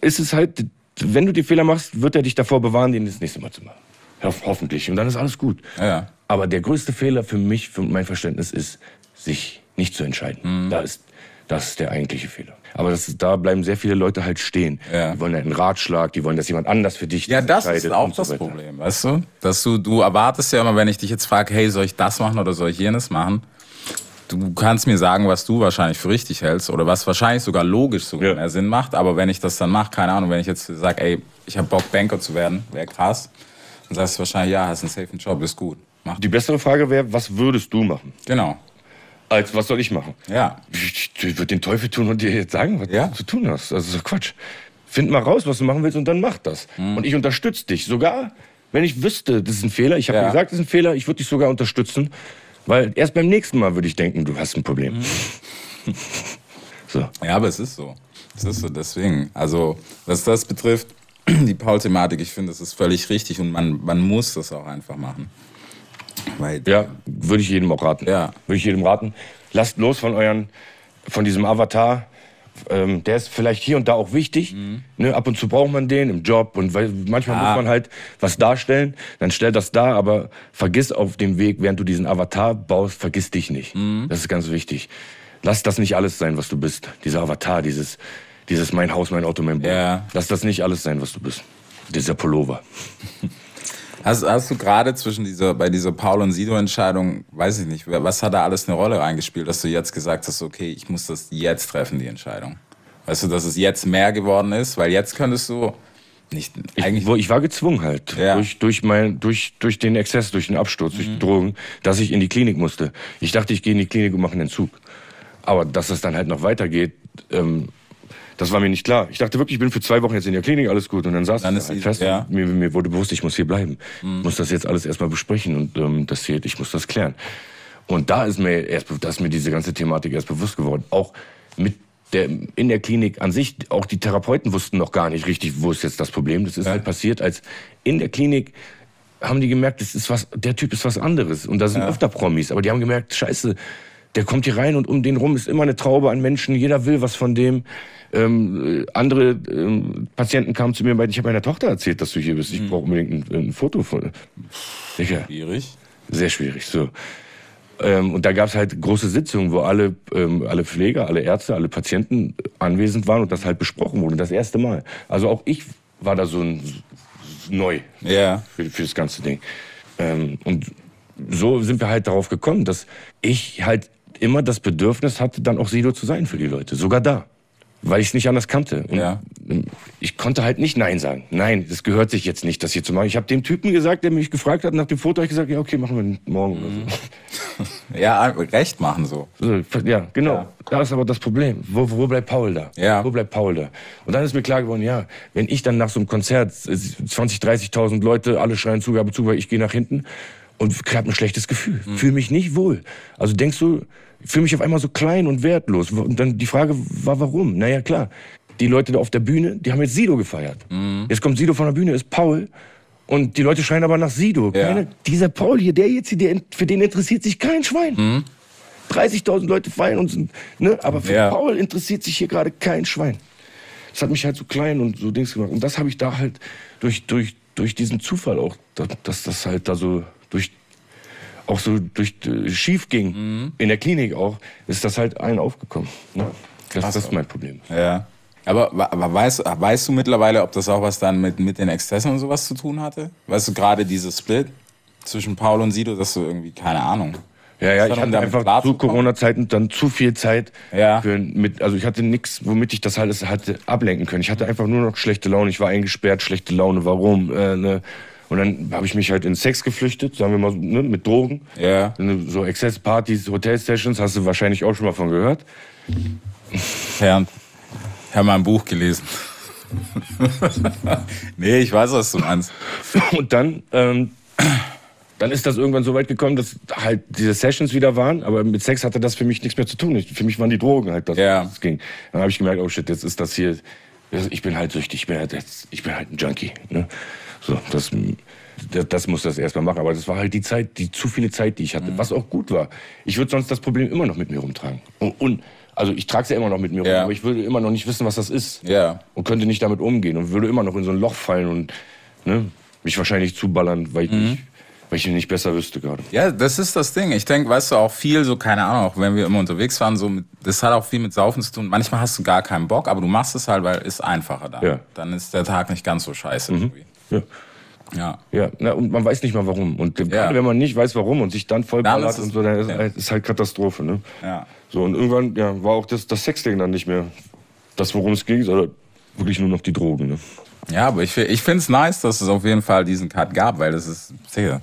ist es halt, wenn du die Fehler machst, wird er dich davor bewahren, den das nächste Mal zu machen. Ho hoffentlich. Und dann ist alles gut. Ja. Aber der größte Fehler für mich, für mein Verständnis, ist, sich nicht zu Mhm. entscheiden. Da ist, das ist der eigentliche Fehler. Aber das, ist- da bleiben sehr viele Leute halt stehen. Ja. Die wollen einen Ratschlag, die wollen, dass jemand anders für dich Ja, das ist entscheidet auch und so das weiter. Problem, weißt du? Dass du, du erwartest ja immer, wenn ich dich jetzt frage, hey, soll ich das machen oder soll ich jenes machen? Du kannst mir sagen, was du wahrscheinlich für richtig hältst oder was wahrscheinlich sogar logisch sogar Ja. mehr Sinn macht. Aber wenn ich das dann mache, keine Ahnung, wenn ich jetzt sage, ey, ich habe Bock, Banker zu werden, wäre krass, dann sagst du wahrscheinlich, ja, hast einen safen Job, ist gut. Mach Die bessere Frage wäre, was würdest du machen? Genau. Als was soll ich machen? Ja. Ich, ich würde den Teufel tun und dir jetzt sagen, was Ja. du zu tun hast. Also so Quatsch. Find mal raus, was du machen willst und dann mach das. Hm. Und ich unterstütze dich. Sogar, wenn ich wüsste, das ist ein Fehler, ich habe Ja. dir gesagt, das ist ein Fehler, ich würde dich sogar unterstützen. Weil erst beim nächsten Mal würde ich denken, du hast ein Problem. Hm. so. Ja, aber es ist so. Es ist so, deswegen. Also, was das betrifft, die Paul-Thematik, ich finde, das ist völlig richtig und man, man muss das auch einfach machen. Weil Ja, würde ich jedem auch raten. Ja. Würde ich jedem raten. Lasst los von euren, von diesem Avatar. Ähm, der ist vielleicht hier und da auch wichtig. Mhm. Ne, ab und zu braucht man den im Job und weil, manchmal muss man halt was darstellen. Dann stell das da, aber vergiss auf dem Weg, während du diesen Avatar baust, vergiss dich nicht. Mhm. Das ist ganz wichtig. Lass das nicht alles sein, was du bist. Dieser Avatar, dieses, dieses mein Haus, mein Auto, mein Boot. Ja. Lass das nicht alles sein, was du bist. Dieser Pullover. Hast, hast du gerade zwischen dieser, bei dieser Paul- und Sido-Entscheidung, weiß ich nicht, wer- was hat da alles eine Rolle reingespielt, dass du jetzt gesagt hast, okay, ich muss das jetzt treffen, die Entscheidung? Weißt du, dass es jetzt mehr geworden ist? Weil jetzt könntest du nicht, eigentlich, Ich, wo, ich war gezwungen halt, Ja. Mhm. durch, durch, mein, durch, durch den Exzess, durch den Absturz, durch die Drogen, dass ich in die Klinik musste. Ich dachte, ich gehe in die Klinik und mache einen Entzug. Aber dass das dann halt noch weitergeht, ähm, das war mir nicht klar. Ich dachte wirklich, ich bin für zwei Wochen jetzt in der Klinik, alles gut. Und dann saß Dann ich ist halt easy, fest. ja. Mhm. Mir, mir wurde bewusst, ich muss hier bleiben. muss das jetzt alles erstmal besprechen und ähm, das hier, ich muss das klären. Und da ist mir erst, be- da ist mir diese ganze Thematik erst bewusst geworden. Auch mit der, in der Klinik an sich, auch die Therapeuten wussten noch gar nicht richtig, wo ist jetzt das Problem. Das ist halt passiert, als in der Klinik haben die gemerkt, das ist was, der Typ ist was anderes. Und da sind öfter Promis. Aber die haben gemerkt, scheiße, der kommt hier rein und um den rum ist immer eine Traube an Menschen. Jeder will was von dem. Ähm, äh, andere ähm, Patienten kamen zu mir und meinten, ich habe meiner Tochter erzählt, dass du hier bist. Ich brauche unbedingt ein, ein Foto von. Digga, schwierig. sehr schwierig. So. Ähm, und da gab es halt große Sitzungen, wo alle, ähm, alle Pfleger, alle Ärzte, alle Patienten anwesend waren und das halt besprochen wurde. Das erste Mal. Also auch ich war da so ein so neu Ja. für, für das ganze Ding. Ähm, und so sind wir halt darauf gekommen, dass ich halt immer das Bedürfnis hatte, dann auch Sido zu sein für die Leute. Sogar da. Weil ich es nicht anders kannte. Und Ja. Ich konnte halt nicht Nein sagen. Nein, das gehört sich jetzt nicht, das hier zu machen. Ich habe dem Typen gesagt, der mich gefragt hat nach dem Foto, hab ich gesagt, ja, okay, machen wir morgen oder so. Ja, recht machen so. So, Ja, genau. Da ist aber das Problem. Wo, wo bleibt Paul da? Ja. Wo bleibt Paul da? Und dann ist mir klar geworden, ja, wenn ich dann nach so einem Konzert, äh, 20, 30.000 Leute, alle schreien Zugabe, Zugabe, ich gehe nach hinten und ich hab ein schlechtes Gefühl, Hm. fühle mich nicht wohl. Also denkst du, fühle mich auf einmal so klein und wertlos. Und dann die Frage war, warum? Naja, klar, die Leute da auf der Bühne, die haben jetzt Sido gefeiert. Hm. Jetzt kommt Sido von der Bühne, ist Paul. Und die Leute schreien aber nach Sido. Ja. Keine, dieser Paul hier, der jetzt hier, der, für den interessiert sich kein Schwein. 30.000 Leute feiern und sind, ne? Aber für Ja. Paul interessiert sich hier gerade kein Schwein. Das hat mich halt so klein und so Dings gemacht. Und das habe ich da halt durch, durch, durch diesen Zufall auch, dass, dass das halt da so durch, auch so durch äh, schief ging, in der Klinik auch, ist das halt allen aufgekommen. Ne? Das, das ist mein Problem. Ja. Aber, wa- aber weißt, weißt du mittlerweile, ob das auch was dann mit, mit den Exzessen und sowas zu tun hatte? Weißt du, gerade dieses Split zwischen Paul und Sido, dass du irgendwie, keine Ahnung. Ja, ja, Ist ich dann hatte damit einfach zu klarzukommen? Corona-Zeiten dann zu viel Zeit. Ja. Für, mit, also ich hatte nichts, womit ich das halt hatte ablenken können. Ich hatte einfach nur noch schlechte Laune. Ich war eingesperrt, schlechte Laune. Warum? Äh, ne? Und dann habe ich mich halt in Sex geflüchtet, sagen wir mal, so, ne, mit Drogen. Ja. Ne, So Exzesspartys, Hotelsessions, hast du wahrscheinlich auch schon mal von gehört. entfernt. Ich habe mal ein Buch gelesen. nee, ich weiß, was du meinst. Und dann, ähm, dann ist das irgendwann so weit gekommen, dass halt diese Sessions wieder waren, aber mit Sex hatte das für mich nichts mehr zu tun. Ich, für mich waren die Drogen halt das, Ja. was ging. Dann habe ich gemerkt, oh shit, jetzt ist das hier, das- ich bin halt süchtig, ich bin halt, jetzt, ich bin halt ein Junkie. Ne? So, das, das, das muss das erstmal machen. Aber das war halt die Zeit, die zu viele Zeit, die ich Mhm. hatte, was auch gut war. Ich würde sonst das Problem immer noch mit mir rumtragen. Und, und also ich trage es ja immer noch mit mir Ja. rum, aber ich würde immer noch nicht wissen, was das ist Ja. und könnte nicht damit umgehen und würde immer noch in so ein Loch fallen und ne, mich wahrscheinlich zuballern, weil ich, Mhm. nicht, weil ich nicht besser wüsste gerade. Ja, das ist das Ding. Ich denke, weißt du, auch viel so, keine Ahnung, auch wenn wir immer unterwegs waren, so, mit, das hat auch viel mit Saufen zu tun. Manchmal hast du gar keinen Bock, aber du machst es halt, weil es ist einfacher dann. Ja. Mhm. Dann ist der Tag nicht ganz so scheiße irgendwie. Ja. Ja. Ja, na, und man weiß nicht mal warum. Und äh, gerade wenn man nicht weiß warum und sich dann Dann ist vollballert es- und so, dann ist, ja. halt- ist halt Katastrophe. Ne? Ja. So, und irgendwann ja, war auch das, das Sexding dann nicht mehr das, worum es ging, sondern wirklich nur noch die Drogen. Ne? Ja, aber ich, fi- ich finde es nice, dass es auf jeden Fall diesen Cut gab, weil das ist, sicher,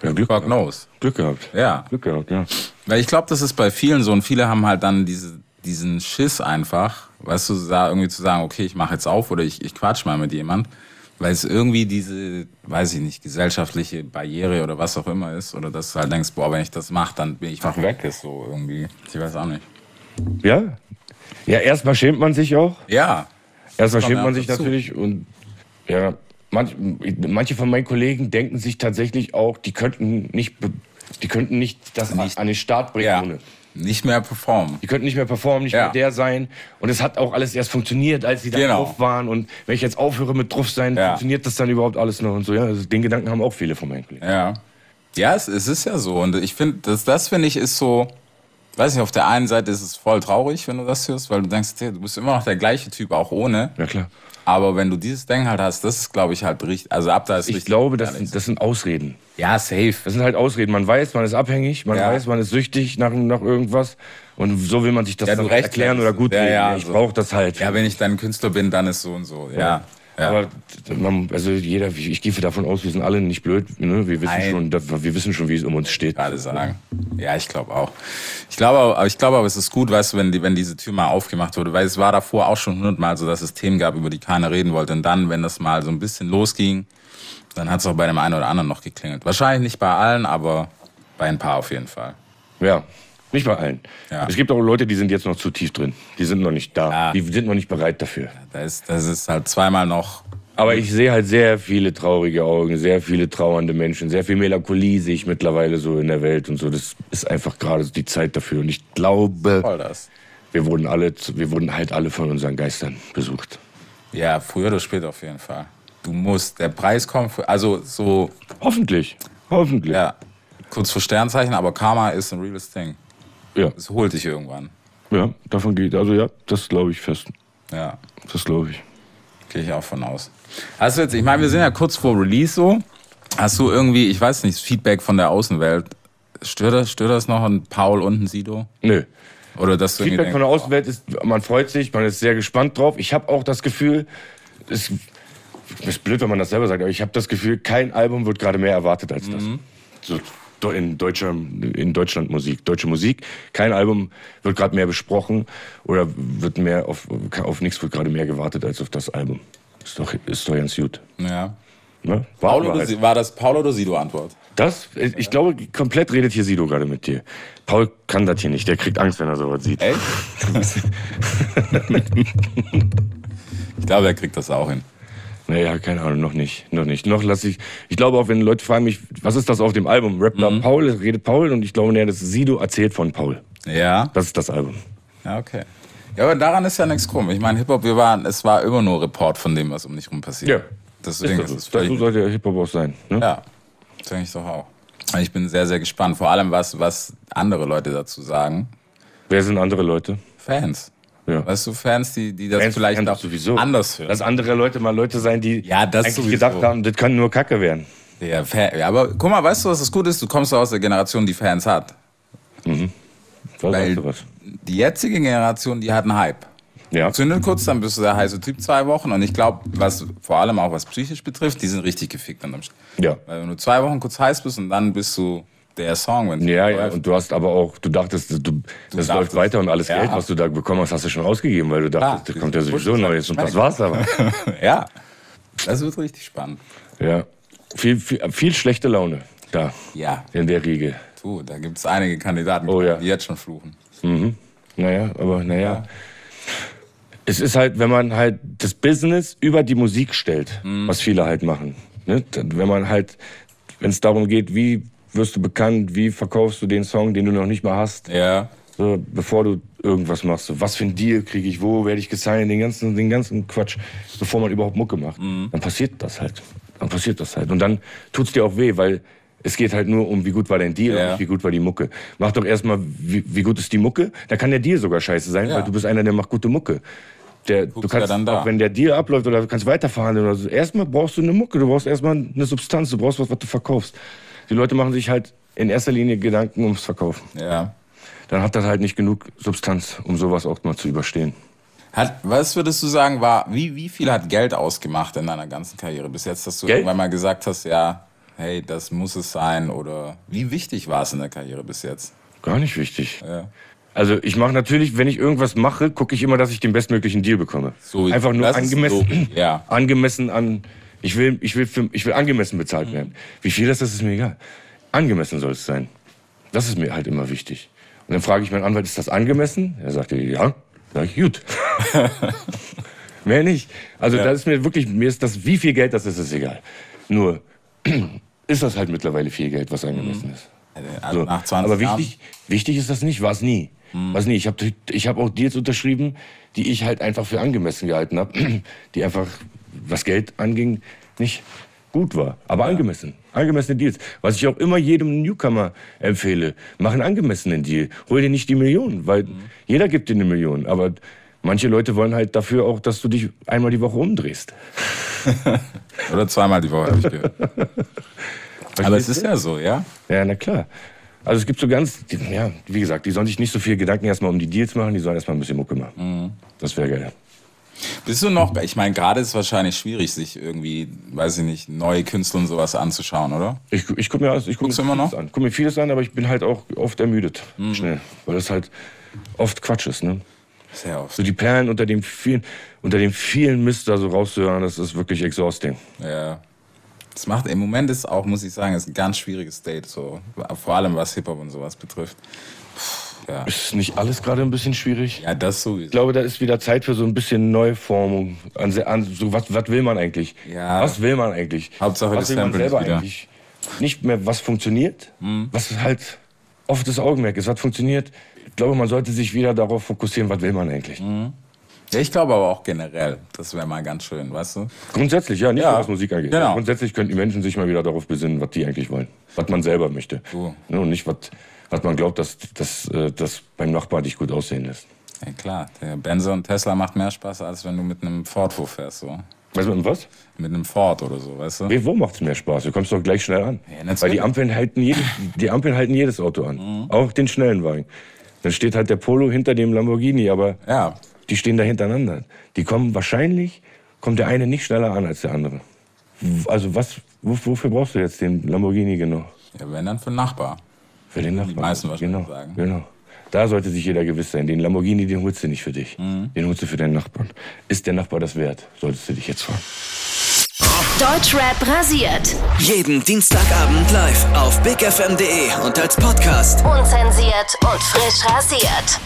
Ja, Glück, God knows. Glück gehabt. Ja. Glück gehabt, ja. Weil ich glaube, das ist bei vielen so und viele haben halt dann diese, diesen Schiss einfach, weißt du, da irgendwie zu sagen, okay, ich mache jetzt auf oder ich, ich quatsch mal mit jemand, weil es irgendwie diese, weiß ich nicht, gesellschaftliche Barriere oder was auch immer ist oder dass du halt denkst, boah, wenn ich das mache, dann bin ich einfach weg, ist so irgendwie. Ich weiß auch nicht. Ja? Ja, erstmal schämt man sich auch. Ja, Erstmal kommt schämt man ja sich dazu. natürlich und ja, manch, manche von meinen Kollegen denken sich tatsächlich auch, die könnten nicht, be- die könnten nicht das an den Start bringen ja. ohne. Nicht mehr performen. Die könnten nicht mehr performen, nicht Ja. mehr der sein. Und es hat auch alles erst funktioniert, als die da Genau. drauf waren. Und wenn ich jetzt aufhöre mit drauf sein, Ja. funktioniert das dann überhaupt alles noch und so. Ja, also den Gedanken haben auch viele von meinen Kollegen. Ja. Ja, es, es ist ja so. Und ich finde, das, das finde ich ist so, weiß nicht, auf der einen Seite ist es voll traurig, wenn du das hörst, weil du denkst, hey, du bist immer noch der gleiche Typ, auch ohne. Ja, klar. Aber wenn du dieses Denken halt hast, das ist, glaube ich, halt richtig. Also ab da ist Ich richtig glaube, das, gefährlich. sind- das sind Ausreden. Ja, safe. Das sind halt Ausreden. Man weiß, man ist abhängig, man Ja. weiß, man ist süchtig nach, nach irgendwas. Und so will man sich das Ja, dann du recht, erklären ja, oder gut ja, reden. ja, ich so. brauche das halt. Ja, wenn ich dann Künstler bin, dann ist so und so. Ja. ja. Aber man, also jeder, ich gehe davon aus, wir sind alle nicht blöd. Ne? Wir, wissen Nein. schon, da- wir wissen schon, wie es um uns steht. gerade sagen. Ja, ich glaube auch. Ich glaube, aber- aber ich glaube, aber es ist gut, weißt du, wenn die, wenn diese Tür mal aufgemacht wurde, weil es war davor auch schon hundertmal so, dass es Themen gab, über die keiner reden wollte. Und dann, wenn das mal so ein bisschen losging, dann hat es auch bei dem einen oder anderen noch geklingelt. Wahrscheinlich nicht bei allen, aber bei ein paar auf jeden Fall. Ja, nicht bei allen. Ja. Es gibt auch Leute, die sind jetzt noch zu tief drin. Die sind noch nicht da. Ja. Die sind noch nicht bereit dafür. Da ist, das ist halt zweimal noch. Aber ich sehe halt sehr viele traurige Augen, sehr viele trauernde Menschen, sehr viel Melancholie sehe ich mittlerweile so in der Welt und so. Das ist einfach gerade so die Zeit dafür. Und ich glaube, Voll das. wir wurden alle, zu- wir wurden halt alle von unseren Geistern besucht. Ja, früher oder später auf jeden Fall. Du musst, der Preis kommt, für, also so, Hoffentlich. Hoffentlich. ja, kurz vor Sternzeichen, aber Karma ist ein reales Ding. Ja, Es holt dich irgendwann. ja davon geht. Also ja, das glaube ich fest. Ja. Das glaube ich. Gehe ich auch von aus. Hast du jetzt, ich meine, wir sind ja kurz vor Release so. Hast du irgendwie, ich weiß nicht, das Feedback von der Außenwelt? Stört das, stört das noch ein Paul und ein Sido? Nö. Oder dass du Feedback irgendwie von der denkst, Außenwelt ist, man freut sich, man ist sehr gespannt drauf. Ich habe auch das Gefühl, es ist blöd, wenn man das selber sagt, aber ich habe das Gefühl, kein Album wird gerade mehr erwartet als das. Mhm. So do- in deutscher, in Deutschland Musik, deutsche Musik, kein Album wird gerade mehr besprochen oder wird mehr auf, auf nichts wird gerade mehr gewartet als auf das Album. Ist doch, ist doch ganz gut. oh, ja. Ne? Paul Warten wir oder, halt. Si- war das Paul oder Sido Antwort? Das, ich glaube, komplett redet hier Sido gerade mit dir. Paul kann das hier nicht, der kriegt Angst, wenn er sowas sieht. Echt? ich glaube, er kriegt das auch hin. Naja, keine Ahnung, noch nicht, noch nicht. Noch lasse ich, ich glaube auch, wenn Leute fragen mich, was ist das auf dem Album? Rap Mhm. da Paul, es redet Paul und ich glaube, naja, das Sido erzählt von Paul. Ja. Das ist das Album. Ja, okay. Ja, aber daran ist ja nichts krumm. Ich meine, Hip-Hop, wir waren, es war immer nur Report von dem, was um dich rum passiert. Ja. Deswegen ist, so. es völlig so sollte ja Hip-Hop auch sein. Ne? Ja, denke ich doch auch. Ich bin sehr, sehr gespannt. Vor allem, was, was andere Leute dazu sagen. Wer sind andere Leute? Fans. Ja. Weißt du, Fans, die, die das Fans- vielleicht Fans auch anders hören. Dass andere Leute mal Leute sein, die Ja, das eigentlich sowieso. gedacht haben, das kann nur Kacke werden. Ja, Fa- ja, aber guck mal, weißt du, was das Gute ist? Du kommst aus der Generation, die Fans hat. Da Weil- sagst du was. Die jetzige Generation, die hat einen Hype. Ja. Zündet kurz, dann bist du der heiße Typ zwei Wochen. Und ich glaube, was vor allem auch was psychisch betrifft, die sind richtig gefickt unterm Strich. Ja. Weil wenn du zwei Wochen kurz heiß bist und dann bist du der Song, wenn Ja, ja, und du hast aber auch, du dachtest, du, das dachtest, läuft weiter und alles ja. Geld, was du da bekommen hast, hast du schon ausgegeben, weil du dachtest, Klar. da kommt ja sowieso Neues und das war's aber. ja. Das wird richtig spannend. Ja. Viel, viel, viel schlechte Laune da Ja. in der Riege. Du, da gibt es einige Kandidaten, Oh ja. die jetzt schon fluchen. Naja, aber naja. Es ist halt, wenn man halt das Business über die Musik stellt, was viele halt machen. Ne? Dann, Wenn man halt, wenn es darum geht, wie wirst du bekannt, wie verkaufst du den Song, den du noch nicht mal hast, Ja. so, bevor du irgendwas machst. So, was für ein Deal kriege ich, wo werde ich gesigned, den ganzen, den ganzen Quatsch, bevor man überhaupt Mucke macht. Mhm. Dann passiert das halt. Dann passiert das halt. Und dann tut's dir auch weh, weil es geht halt nur um, wie gut war dein Deal Ja. und nicht wie gut war die Mucke. Mach doch erstmal, wie, wie gut ist die Mucke? Da kann der Deal sogar scheiße sein, Ja. weil du bist einer, der macht gute Mucke. Der, du ja kannst, dann da. auch wenn der Deal abläuft oder du kannst weiterverhandeln oder so, erstmal brauchst du eine Mucke, du brauchst erstmal eine Substanz, du brauchst was, was du verkaufst. Die Leute machen sich halt in erster Linie Gedanken ums Verkaufen Ja. dann hat das halt nicht genug Substanz, um sowas auch mal zu überstehen. Hat, was würdest du sagen, war, wie, wie viel hat Geld ausgemacht in deiner ganzen Karriere bis jetzt, dass du Geld? irgendwann mal gesagt hast, ja, hey, das muss es sein oder wie wichtig war es in der Karriere bis jetzt? Gar nicht wichtig. Ja. Also ich mache natürlich, wenn ich irgendwas mache, gucke ich immer, dass ich den bestmöglichen Deal bekomme. So, Einfach nur das ist angemessen, so, ja. angemessen an. Ich will, ich will, für, ich will angemessen Mhm. bezahlt werden. Wie viel das ist, ist mir egal. Angemessen soll es sein. Das ist mir halt immer wichtig. Und dann frage ich meinen Anwalt, ist das angemessen? Er sagte, ja. Sag ich, gut. Mehr nicht. Also da ist mir wirklich, mir ist das, wie viel Geld das ist, ist egal. Nur ist das halt mittlerweile viel Geld, was angemessen ist. Also So. nach Hm. 20 Aber wichtig, wichtig ist das nicht, war es nie. War's nie. Ich habe ich hab auch Deals unterschrieben, die ich halt einfach für angemessen gehalten habe, die einfach, was Geld anging, nicht gut war. Aber angemessen. Angemessene Deals. Was ich auch immer jedem Newcomer empfehle, mach einen angemessenen Deal. Hol dir nicht die Millionen, weil Mhm. jeder gibt dir eine Million. Aber manche Leute wollen halt dafür auch, dass du dich einmal die Woche umdrehst. Abend. Oder zweimal die Woche, habe ich gehört. Aber es ist ja so, ja? Ja, na klar. Also es gibt so ganz, die- ja, wie gesagt, die sollen sich nicht so viel Gedanken erstmal um die Deals machen, die sollen erstmal ein bisschen Mucke machen. Mhm. Das wäre geil. Bist du noch, ich meine, gerade ist es wahrscheinlich schwierig, sich irgendwie, weiß ich nicht, neue Künstler und sowas anzuschauen, oder? Ich, gu- ich gucke mir, alles- ich guck mir Guckst du immer vieles noch? Mhm. an. Guck mir vieles an, aber ich bin halt auch oft ermüdet. Schnell. Weil das halt oft Quatsch ist, ne? Sehr oft. So die Perlen unter dem vielen, unter dem vielen Mist da so rauszuhören, das ist wirklich exhausting. Ja. Das macht im Moment ist auch, muss ich sagen, ist ein ganz schwieriges Date, so. Vor allem was Hip-Hop und sowas betrifft. Ist nicht alles gerade ein bisschen schwierig? Ja, das sowieso. Ich glaube, da ist wieder Zeit für so ein bisschen Neuformung. An, an, so, was, was will man eigentlich? Ja. Was will man eigentlich? Hauptsache, was das will man Sample ist selber wieder. Mhm. eigentlich? Nicht mehr, was funktioniert, was halt oft das Augenmerk ist, was funktioniert. Ich glaube, man sollte sich wieder darauf fokussieren, was will man eigentlich. Mhm. Ja, ich glaube aber auch generell, das wäre mal ganz schön, weißt du? Grundsätzlich, ja, nicht Ja, nur was Musik angeht. genau. Grundsätzlich könnten die Menschen sich mal wieder darauf besinnen, was die eigentlich wollen. Was man selber möchte. Du. Ne, Und nicht, was, was man glaubt, dass dass, äh, dass beim Nachbar dich gut aussehen lässt. Ja, klar, der Benzer und Tesla macht mehr Spaß, als wenn du mit einem Ford wo fährst, so. Weißt du, mit dem was? Mit einem Ford oder so, weißt du? Nee, wo macht's mehr Spaß? Du kommst doch gleich schnell an. natürlich. Mhm. Weil die Ampeln halten jedes, die Ampeln halten jedes Auto an. Auch den schnellen Wagen. Dann steht halt der Polo hinter dem Lamborghini, aber Ja, die stehen da hintereinander. Die kommen wahrscheinlich, kommt der eine nicht schneller an als der andere. Mhm. W- Also was, wof- wofür brauchst du jetzt den Lamborghini genau? ja wenn dann für den Nachbar. Für den Nachbarn. meisten wahrscheinlich genau, sagen. Genau. Da sollte sich jeder gewiss sein. Den Lamborghini, den holst du nicht für dich. Mhm. Den holst du für deinen Nachbarn. Ist der Nachbar das wert? Solltest du dich jetzt fragen. Deutschrap rasiert. Jeden Dienstagabend live auf bigfm.de und als Podcast. Unzensiert und frisch rasiert.